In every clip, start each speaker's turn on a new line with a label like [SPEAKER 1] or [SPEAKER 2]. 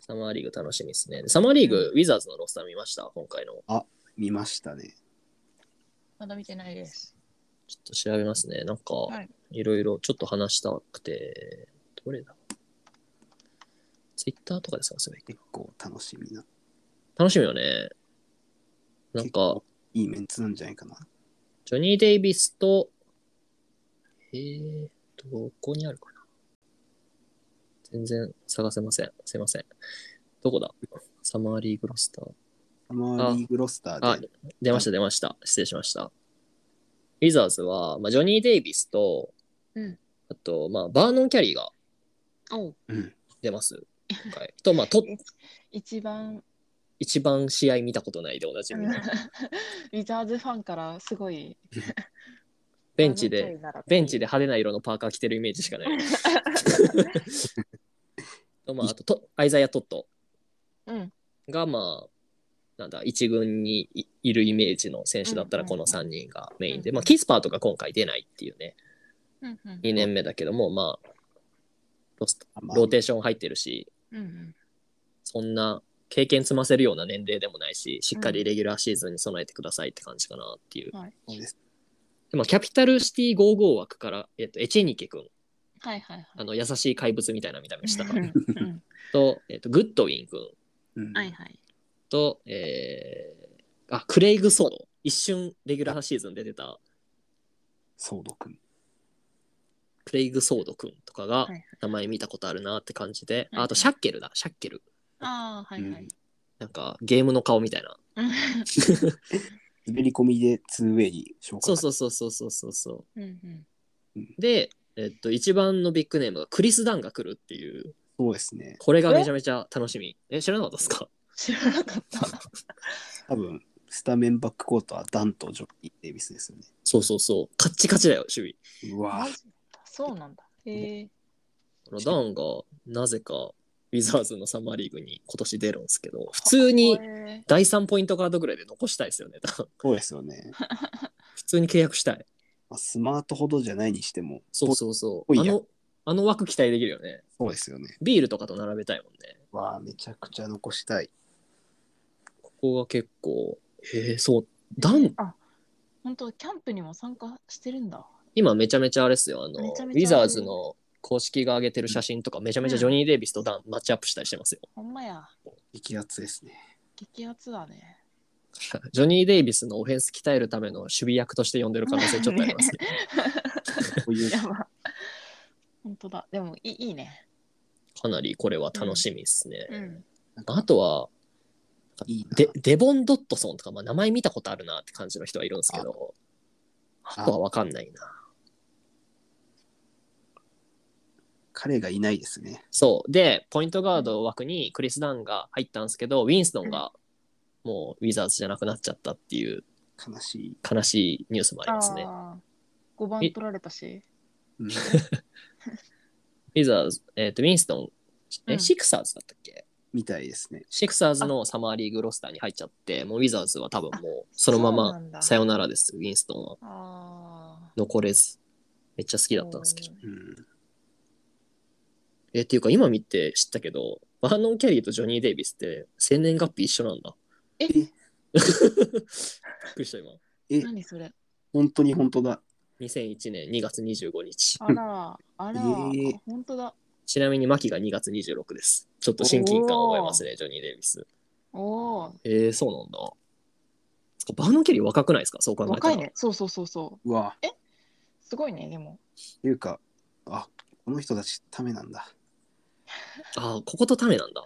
[SPEAKER 1] サマーリーグ楽しみですね。でサマーリーグ、ウィザーズのロスター見ました今回の。
[SPEAKER 2] 見ましたね。
[SPEAKER 3] まだ見てないです。
[SPEAKER 1] ちょっと調べますね。なんか、
[SPEAKER 3] はい。
[SPEAKER 1] いろいろちょっと話したくて、どれだツイッターとかで探せばいい。
[SPEAKER 2] 結構楽しみな。
[SPEAKER 1] 楽しみよね。なん
[SPEAKER 2] 結
[SPEAKER 1] か
[SPEAKER 2] 構、いいメンツなんじゃないかな。
[SPEAKER 1] ジョニー・デイビスと、えー、どこにあるかな全然探せません。すいません。どこだサマーリーグロスター。
[SPEAKER 2] サマーリーグロスタ
[SPEAKER 1] あ
[SPEAKER 2] ーで。、
[SPEAKER 1] 出ました、出ました。失礼しました。ウィザーズは、まあ、ジョニー・デイビスと、
[SPEAKER 3] うん
[SPEAKER 1] あと、まあ、バーノン・キャリーが
[SPEAKER 3] お
[SPEAKER 2] うん。
[SPEAKER 1] 出ます。今回と、まあ、と
[SPEAKER 3] 一 番、
[SPEAKER 1] 一番試合見たことないでおなじみの
[SPEAKER 3] ウィザーズファンからすごい。
[SPEAKER 1] ベンチ
[SPEAKER 3] あの
[SPEAKER 1] で、
[SPEAKER 3] 勢いなら
[SPEAKER 1] ベンチで。派手な色のパーカー着てるイメージしか ない。とまあ、あとと、アイザイア・トット
[SPEAKER 3] うん。
[SPEAKER 1] が、まあ、なんだ、一軍にいいるイメージの選手だったら、
[SPEAKER 3] うん
[SPEAKER 1] この3人がメインで、
[SPEAKER 3] うん
[SPEAKER 1] まあ、キスパーとか今回出ないっていうね、
[SPEAKER 3] うんうん
[SPEAKER 1] 2年目だけども、まあ、ロス
[SPEAKER 2] あまあ
[SPEAKER 1] ローテーション入ってるし、
[SPEAKER 3] うんうん
[SPEAKER 1] そんな経験積ませるような年齢でもないし、しっかりレギュラーシーズンに備えてくださいって感じかなっていう。
[SPEAKER 3] はい
[SPEAKER 2] そうです
[SPEAKER 1] でまあ、キャピタルシティ55枠から、えっと、エチェニケ君、
[SPEAKER 3] はいはいはい。
[SPEAKER 1] あの優しい怪物みたいな見た目した
[SPEAKER 3] うんうん
[SPEAKER 1] と、えっと、グッドウィン君
[SPEAKER 2] うん
[SPEAKER 3] はいはい。
[SPEAKER 1] と、えーあ、クレイグ・ソード、一瞬レギュラーシーズンで出た
[SPEAKER 2] ソード君。
[SPEAKER 1] クレイグ・ソード君とかが
[SPEAKER 3] はいはい
[SPEAKER 1] 名前見たことあるなって感じで、
[SPEAKER 3] はい
[SPEAKER 1] ああとシャッケルだ、シャッケル。
[SPEAKER 3] ああ、はいは
[SPEAKER 2] う
[SPEAKER 3] い
[SPEAKER 2] ん。
[SPEAKER 1] なんかゲームの顔みたいな。
[SPEAKER 2] 滑り込みでツーウェイに消化。
[SPEAKER 1] そうそうそうそうそうそうそ
[SPEAKER 3] うんうん
[SPEAKER 1] う。で、えっと、一番のビッグネームがクリス・ダンが来るっていう、
[SPEAKER 2] そうですね。
[SPEAKER 1] これがめちゃめちゃ楽しみ。え、知らなかったですか
[SPEAKER 3] 知らなかった。
[SPEAKER 2] 多分、スタメンバックコートはダンとジョッキー・デイビスですよね。
[SPEAKER 1] そうそうそう。カッチカチだよ、守備。
[SPEAKER 2] うわ
[SPEAKER 3] マ
[SPEAKER 2] ぁ
[SPEAKER 3] ジそうなんだ。へえ。
[SPEAKER 1] このダンがなぜかウィザーズのサマーリーグに今年出るんですけど、普通に
[SPEAKER 3] へ
[SPEAKER 1] 第3ポイントガードぐらいで残したいですよね、ダン。
[SPEAKER 2] そうですよね。
[SPEAKER 1] 普通に契約したい。
[SPEAKER 2] まあ、スマートほどじゃないにしても、
[SPEAKER 1] そうそうそう。
[SPEAKER 2] ぽい
[SPEAKER 1] あ
[SPEAKER 2] や
[SPEAKER 1] の、あの枠期待できるよね。
[SPEAKER 2] そうですよね。
[SPEAKER 1] ビールとかと並べたいもんね。
[SPEAKER 2] わあめちゃくちゃ残したい。
[SPEAKER 1] ここが結構、へえ、そう。ダン、
[SPEAKER 3] あ、本当キャンプにも参加してるんだ。
[SPEAKER 1] 今めちゃめちゃあれですよ。あの、ウ
[SPEAKER 3] めちゃめちゃ
[SPEAKER 1] ィザーズの公式が上げてる写真とか、めちゃめちゃジョニー・デイビスとダンマッチアップしたりしてますよ。
[SPEAKER 3] ほんまや。
[SPEAKER 2] 激アツですね。
[SPEAKER 3] 激アツ だね。
[SPEAKER 1] ジョニー・デイビスのオフェンス鍛えるための守備役として呼んでる可能性ちょっとあり ますね。
[SPEAKER 2] こういう
[SPEAKER 3] やば。本当だ。でもいいいいね。
[SPEAKER 1] かなりこれは楽しみですね。
[SPEAKER 3] うん。
[SPEAKER 1] あとは、
[SPEAKER 2] いいな。
[SPEAKER 1] デデボン・ドットソンとか、まあ、名前見たことあるなって感じの人はいるんですけど、あ
[SPEAKER 2] あ
[SPEAKER 1] とは分かんないな。
[SPEAKER 2] 彼がいないですね。
[SPEAKER 1] そう。で、ポイントガード枠にクリス・ダンが入ったんですけど、ウィンストンがもうウィザーズじゃなくなっちゃったっていう
[SPEAKER 2] 悲しい。
[SPEAKER 1] 悲しいニュースもありますね。
[SPEAKER 3] あー。5番
[SPEAKER 1] え
[SPEAKER 3] 取られたし。
[SPEAKER 2] うん
[SPEAKER 1] ウィザーズ、えっ、と、ウィンストン、え、
[SPEAKER 3] うん
[SPEAKER 1] シクサーズだったっけ
[SPEAKER 2] みたいですね。
[SPEAKER 1] シクサーズのサマーリーグロスターに入っちゃって、もうウィザーズは多分もうそのま
[SPEAKER 3] そうな
[SPEAKER 1] ま
[SPEAKER 3] んだ
[SPEAKER 1] さよならです、ウィンストンは。
[SPEAKER 3] ああ。
[SPEAKER 1] 残れず。めっちゃ好きだったんですけど。
[SPEAKER 2] うん。
[SPEAKER 1] えっていうか今見て知ったけどバーノン・キャリーとジョニー・デイビスって生年月日一緒なんだ
[SPEAKER 3] え
[SPEAKER 1] びっくりした今
[SPEAKER 2] え、
[SPEAKER 3] 何それ。
[SPEAKER 2] 本当に本当だ。
[SPEAKER 1] 2001年2月25日
[SPEAKER 3] あら、あら、
[SPEAKER 2] ええ
[SPEAKER 3] 本当だ。
[SPEAKER 1] ちなみにマキが2月26ですちょっと親近感を覚えますねジョニー・デイビス
[SPEAKER 3] おお、
[SPEAKER 1] えー、そうなんだそっかバーノン・キャリー若くないですかそう考えたら
[SPEAKER 3] 若いね。そうそうそうそう
[SPEAKER 2] わぁ
[SPEAKER 3] う。すごいね、でも。
[SPEAKER 2] っていうか、あ、この人たちためなんだ。
[SPEAKER 1] ああこことタメなんだ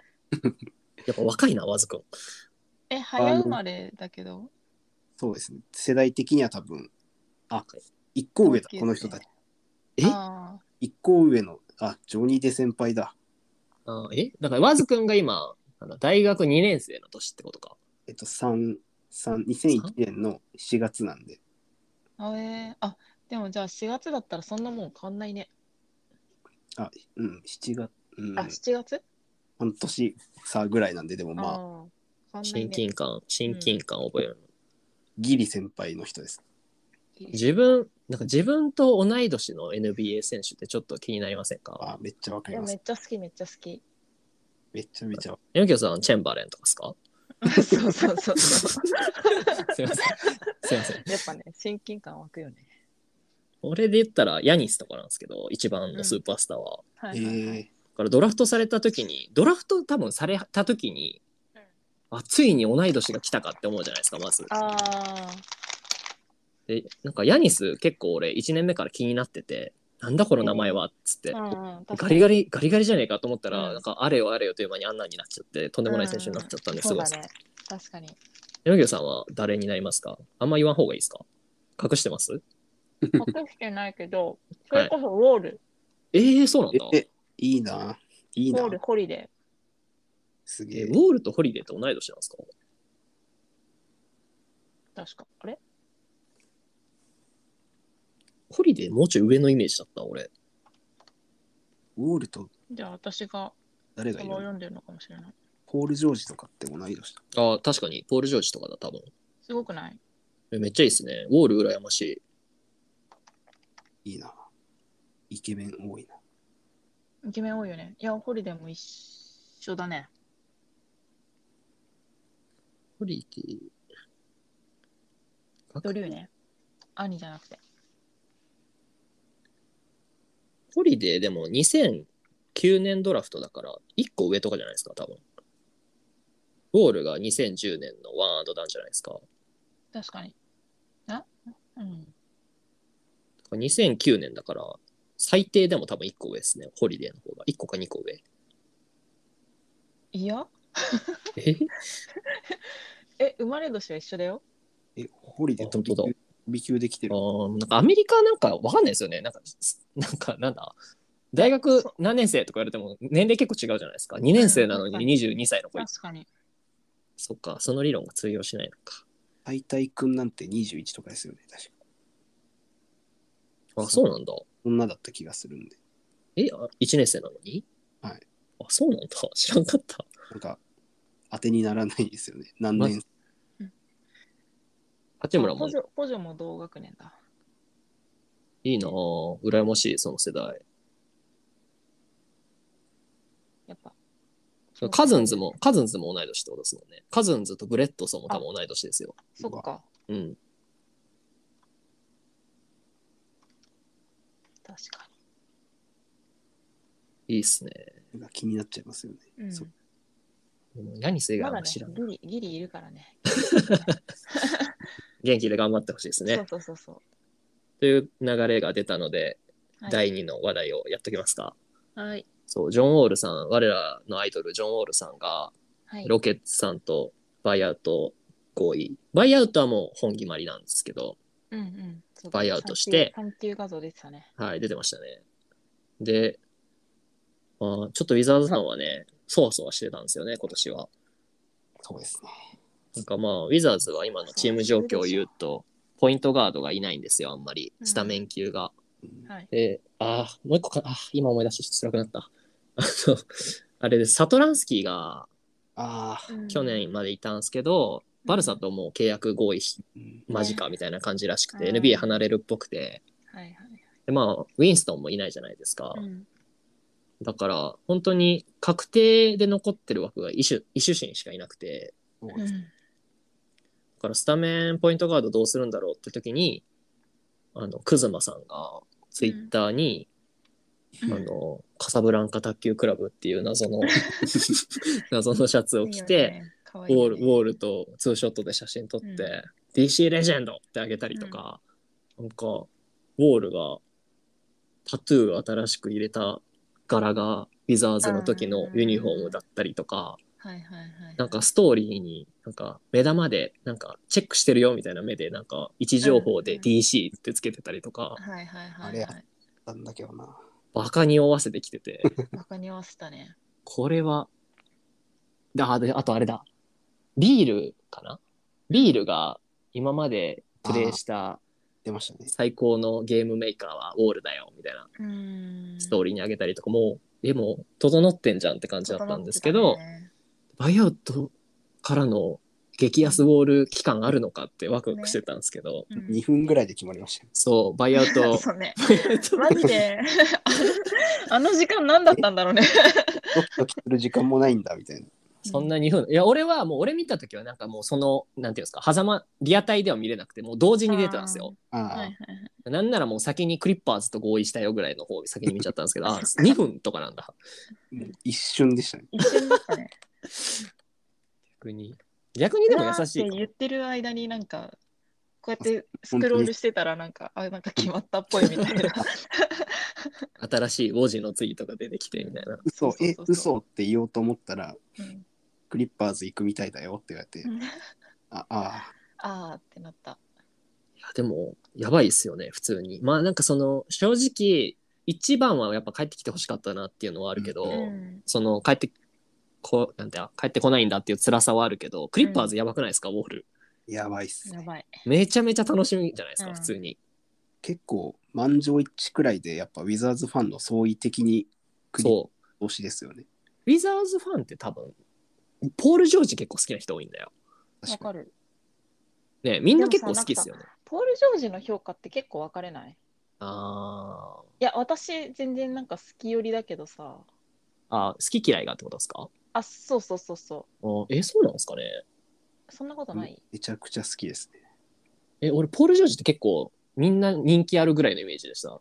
[SPEAKER 1] やっぱ若いなワズくん
[SPEAKER 3] え、早生まれだけど。
[SPEAKER 2] そうですね。世代的には多分、あ、一個上だ、この人たち。
[SPEAKER 1] え
[SPEAKER 3] あ
[SPEAKER 2] 一個上の、あ、ジョニーデ先輩だ。
[SPEAKER 1] あーえだからワズくんが今なんだ大学2年生の年ってことか
[SPEAKER 2] えっと、三三2001年の7月なんで、
[SPEAKER 3] ーあ、えー、あ、でもじゃあ4月だったらそんなもん変わんないね。
[SPEAKER 2] あ、うん、7月、うん、
[SPEAKER 3] あ、7月
[SPEAKER 2] 半年差ぐらいなんで、でも
[SPEAKER 3] あ
[SPEAKER 2] まあ、
[SPEAKER 3] ー変わんない
[SPEAKER 1] 親
[SPEAKER 3] ね。
[SPEAKER 1] 近感親近感覚える、
[SPEAKER 2] ギリ先輩の人です。
[SPEAKER 1] 自分、なんか自分と同い年の NBA 選手ってちょっと気になりませんか
[SPEAKER 2] あ、めっちゃわか
[SPEAKER 3] い
[SPEAKER 2] り
[SPEAKER 3] や
[SPEAKER 2] ま
[SPEAKER 3] め
[SPEAKER 2] す
[SPEAKER 3] っ。ちゃ好きめっちゃ好き。
[SPEAKER 2] めちゃめちゃ。
[SPEAKER 1] えのきよさん、チェンバレンとかですか
[SPEAKER 3] そうそうそうそう。
[SPEAKER 1] すいません。すいません。
[SPEAKER 3] やっぱね、親近感湧くよね。
[SPEAKER 1] 俺で言ったら、ヤニスとかなんですけど、一番のスーパースターは。
[SPEAKER 3] は
[SPEAKER 2] え
[SPEAKER 3] いはい、はい
[SPEAKER 2] え
[SPEAKER 1] だからドラフトされた時に、ドラフト多分された時に、あついに同い年が来たかって思うじゃないですか、まず。
[SPEAKER 3] ああ、
[SPEAKER 1] で、なんかヤニス結構俺1年目から気になってて、なんだこの名前はっつって
[SPEAKER 3] う、んうん、確か
[SPEAKER 1] ガ
[SPEAKER 3] に
[SPEAKER 1] リガリ、ガリガリじゃねえかと思ったら、
[SPEAKER 3] うん
[SPEAKER 1] なんかあれよあれよという間にあんなんになっちゃって、とんでもない選手になっちゃったんです
[SPEAKER 3] そう
[SPEAKER 1] が
[SPEAKER 3] だ、ね。確かに。
[SPEAKER 1] 柳生さんは誰になりますかあんま言わん方がいいですか隠してます
[SPEAKER 3] 隠してないけど、それこそウォール、
[SPEAKER 1] ええー、そうなんだ。
[SPEAKER 2] ええ、いいな。いいな
[SPEAKER 3] ウォー。ル、ホリデ
[SPEAKER 2] すげ
[SPEAKER 1] え
[SPEAKER 2] え
[SPEAKER 1] ウ。ォールとホリデーって同い年なんですか
[SPEAKER 3] ー、確か。あれ
[SPEAKER 1] ホリデーもうちょい上のイメージだった、俺。
[SPEAKER 2] ウォールと
[SPEAKER 3] じゃあ私が
[SPEAKER 2] 誰
[SPEAKER 3] そ
[SPEAKER 2] がい
[SPEAKER 3] れ
[SPEAKER 2] る
[SPEAKER 3] を
[SPEAKER 2] の
[SPEAKER 3] 読んでるのかもしれない。
[SPEAKER 2] ポール・ジョージとかって同い年だ。
[SPEAKER 1] ああ、確かに、ポール・ジョージとかだ、多分。
[SPEAKER 3] すごくない
[SPEAKER 1] えめっちゃいいですね。ウォール羨ましい。
[SPEAKER 2] いいな。イケメン多いな。
[SPEAKER 3] イケメン多いよね。いや、ホリデーも一緒だね。
[SPEAKER 1] ホリデー。
[SPEAKER 3] ドリューね。兄じゃなくて。
[SPEAKER 1] ホリデーでも2009年ドラフトだから、1個上とかじゃないですか、多分。ウォールが2010年のワンアンドダウンじゃないですか。
[SPEAKER 3] 確かに。あうん。
[SPEAKER 1] 2009年だから、最低でも多分1個上ですね、ホリデーの方が。1個か2個上。
[SPEAKER 3] いや
[SPEAKER 1] え
[SPEAKER 3] え、生まれ年は一緒だよ。
[SPEAKER 2] え、ホリデー
[SPEAKER 1] あ本当だ
[SPEAKER 2] 飛び級できて
[SPEAKER 1] あ
[SPEAKER 2] る。
[SPEAKER 1] ーなんかアメリカなんかわかんないですよね。なんか、すなんかなんだ大学何年生とか言われても年齢結構違うじゃないですか。2年生なのに22歳の子い
[SPEAKER 3] 確かに。
[SPEAKER 1] そっか、その理論が通用しないのか。
[SPEAKER 2] 大体くんなんて21とかですよね。確か。
[SPEAKER 1] あ、そうなんだ。
[SPEAKER 2] 女だった気がするんで。
[SPEAKER 1] え、あ1年生なのに
[SPEAKER 2] はい。
[SPEAKER 1] あ、そうなんだ。 知らんかった。
[SPEAKER 2] なんか、当てにならないですよね。何
[SPEAKER 1] マ
[SPEAKER 2] 年
[SPEAKER 1] 八村
[SPEAKER 3] あ
[SPEAKER 1] も
[SPEAKER 3] 補
[SPEAKER 1] い
[SPEAKER 3] 助補助も同学年だ。
[SPEAKER 1] いなぁ。羨ましい、その世代。
[SPEAKER 3] やっぱ。
[SPEAKER 1] カズンズも、カズンズも同い年ってことですもんね。カズンズとブレッドソンも多分同い年ですよ。
[SPEAKER 3] そっか。
[SPEAKER 1] うん。
[SPEAKER 3] 確か
[SPEAKER 1] いいっすね。
[SPEAKER 2] が気になっちゃいますよね。
[SPEAKER 3] に。うん、
[SPEAKER 2] そう
[SPEAKER 1] 何すれ
[SPEAKER 3] ま
[SPEAKER 1] ばい
[SPEAKER 3] だ
[SPEAKER 1] い
[SPEAKER 3] ね
[SPEAKER 1] か知らん、
[SPEAKER 3] ギリ、ギリいるからね。
[SPEAKER 1] 元気で頑張ってほしいです
[SPEAKER 3] そ
[SPEAKER 1] ね
[SPEAKER 3] う。そうそうそう。
[SPEAKER 1] という流れが出たので、
[SPEAKER 3] はい
[SPEAKER 1] 第2の話題をやっときますか。
[SPEAKER 3] はい。
[SPEAKER 1] そう、ジョン・ウォールさん、我らのアイドル、ジョン・ウォールさんが、
[SPEAKER 3] はい。
[SPEAKER 1] ロケッツさんとバイアウト合意。バイアウトはもう本決まりなんですけど、
[SPEAKER 3] うんうん。そう
[SPEAKER 1] バイアウトして
[SPEAKER 3] 探求探求画像出てたね。
[SPEAKER 1] はい、出てましたね。で、あーちょっとウィザーズさんはね、そわそわしてたんですよね、今年は。
[SPEAKER 2] そうですね。
[SPEAKER 1] なんかまあ、ウィザーズは今のチーム状況を言うと、ポイントガードがいないんですよ、あんまり。スタメン級が。
[SPEAKER 2] うん
[SPEAKER 3] はい。
[SPEAKER 1] で、ああ、もう一個か、あー今思い出してちょっと辛くなった。あの、あれです、サトランスキーが
[SPEAKER 2] ああ、
[SPEAKER 3] うん
[SPEAKER 1] 去。年までいたんですけど、バルサともう契約合意し
[SPEAKER 2] うん
[SPEAKER 1] 間近みたいな感じらしくて、
[SPEAKER 3] うん
[SPEAKER 1] NBA 離れるっぽくて、
[SPEAKER 3] はいはい。
[SPEAKER 1] でまあ、ウィンストンもいないじゃないですか。
[SPEAKER 3] うん
[SPEAKER 1] だから、本当に確定で残ってる枠がイシュイシュシンしかいなくて、
[SPEAKER 2] そう
[SPEAKER 3] う
[SPEAKER 2] です
[SPEAKER 3] ん
[SPEAKER 1] だからスタメンポイントガードどうするんだろうって時に、あの、クズマさんがツイッターに、
[SPEAKER 3] うん
[SPEAKER 1] あの、カサブランカ卓球クラブっていう謎 の、謎のシャツを着て、、
[SPEAKER 3] 可
[SPEAKER 1] ウ
[SPEAKER 3] 愛
[SPEAKER 1] ォ
[SPEAKER 3] い
[SPEAKER 1] ー
[SPEAKER 3] よ
[SPEAKER 1] ル、
[SPEAKER 3] ね
[SPEAKER 1] ウォールとツーショットで写真撮って、
[SPEAKER 3] うん
[SPEAKER 1] DC レジェンドってあげたりとか、なんか、ウォールがタトゥーを新しく入れた柄が、ウィザーズの時のユニフォームだったりとか、
[SPEAKER 3] はいはいはい。
[SPEAKER 1] なんかストーリーに、なんか目玉で、なんかチェックしてるよみたいな目で、なんか位置情報
[SPEAKER 3] うん
[SPEAKER 1] で
[SPEAKER 3] うん
[SPEAKER 1] DC ってつけてたりとか、
[SPEAKER 3] はいはいはい、はい。
[SPEAKER 2] あれやなんだけどな。
[SPEAKER 1] バカに追わせてきてて、
[SPEAKER 3] バカに合わせたね。
[SPEAKER 1] これは、あ、で、あとあれだ。ビールかなビールが今までプレイした
[SPEAKER 2] 出ましたね。
[SPEAKER 1] 最高のゲームメーカーはウォールだよ、みたいな
[SPEAKER 3] うーん。
[SPEAKER 1] ストー
[SPEAKER 3] ー
[SPEAKER 1] リーにあげたりとかも、え、もう整ってんじゃんって感じだったんですけど、バイアウトからの激安ウォール期間あるのかってワクワクしてたんですけど、
[SPEAKER 3] うん
[SPEAKER 2] 2分ぐらいで決まりましたよ。
[SPEAKER 1] そう、バイアウト、
[SPEAKER 3] そうね。
[SPEAKER 1] バイアウト
[SPEAKER 3] マジで。 あの時間何だったんだろうね。
[SPEAKER 2] ドキドキする時間もないんだみたいな。
[SPEAKER 1] そんな2分。いや、俺はもう、俺見た時はなんかもうその、なんていうんですか、狭間、リアタイでは見れなくて、もう同時に出てたんですよ。
[SPEAKER 2] あ
[SPEAKER 3] は
[SPEAKER 2] あ、
[SPEAKER 3] いはい
[SPEAKER 1] なんならもう先にクリッパーズと合意したよぐらいの方を先に見ちゃったんですけど、あ、2分とかなんだ。
[SPEAKER 2] うん一瞬でしたね。
[SPEAKER 3] 一瞬だったね。
[SPEAKER 1] 逆に。逆にでも優しい
[SPEAKER 3] わーっ
[SPEAKER 1] か
[SPEAKER 3] て
[SPEAKER 1] も
[SPEAKER 3] 言ってる間になんか、こうやってスクロールしてたらなんか、あ、なんか決まったっぽいみた いな。
[SPEAKER 1] 新しい文字のツイートが出てきてみたいな。
[SPEAKER 3] そ
[SPEAKER 2] 嘘
[SPEAKER 3] うそう
[SPEAKER 2] え
[SPEAKER 3] そうそう
[SPEAKER 2] 嘘って言おうと思ったら
[SPEAKER 3] うん
[SPEAKER 2] クリッパーズ行くみたいだよって言われて、
[SPEAKER 3] うん
[SPEAKER 2] ああ
[SPEAKER 3] あーってなった。
[SPEAKER 1] いやでもやばいですよね普通にまあなんかその正直一番はやっぱ帰ってきてほしかったなっていうのはあるけど、
[SPEAKER 3] うん
[SPEAKER 1] その帰ってこなんて帰ってこないんだっていう辛さはあるけどクリッパーズやばくないですか、ウォール
[SPEAKER 2] やばいっす
[SPEAKER 3] や
[SPEAKER 2] ね
[SPEAKER 3] ばい。
[SPEAKER 1] めちゃめちゃ楽しみじゃないですか、
[SPEAKER 3] うん
[SPEAKER 1] 普通に
[SPEAKER 2] 結構満場一致くらいでやっぱウィザーズファンの総意的にクリッ
[SPEAKER 1] そう
[SPEAKER 2] パーズ推しですよね
[SPEAKER 1] ウィザーズファンって多分ポール・ジョージ結構好きな人多いんだよ
[SPEAKER 3] わ
[SPEAKER 2] 確か
[SPEAKER 3] か
[SPEAKER 2] に
[SPEAKER 3] る。
[SPEAKER 1] ねみんな結構好きですよね
[SPEAKER 3] ポール・ジョージの評価って結構分かれない
[SPEAKER 1] あー
[SPEAKER 3] いや、私、全然なんか好き寄りだけどさ。
[SPEAKER 1] あ好き嫌いがってことですか
[SPEAKER 3] あ、そうそうそうそ
[SPEAKER 1] あーえそうなんですかね
[SPEAKER 3] う。そんなことない。
[SPEAKER 2] めちゃくちゃ好きですね
[SPEAKER 1] え俺ポール・ジョージって結構みんな人気あるぐらいのイメージでした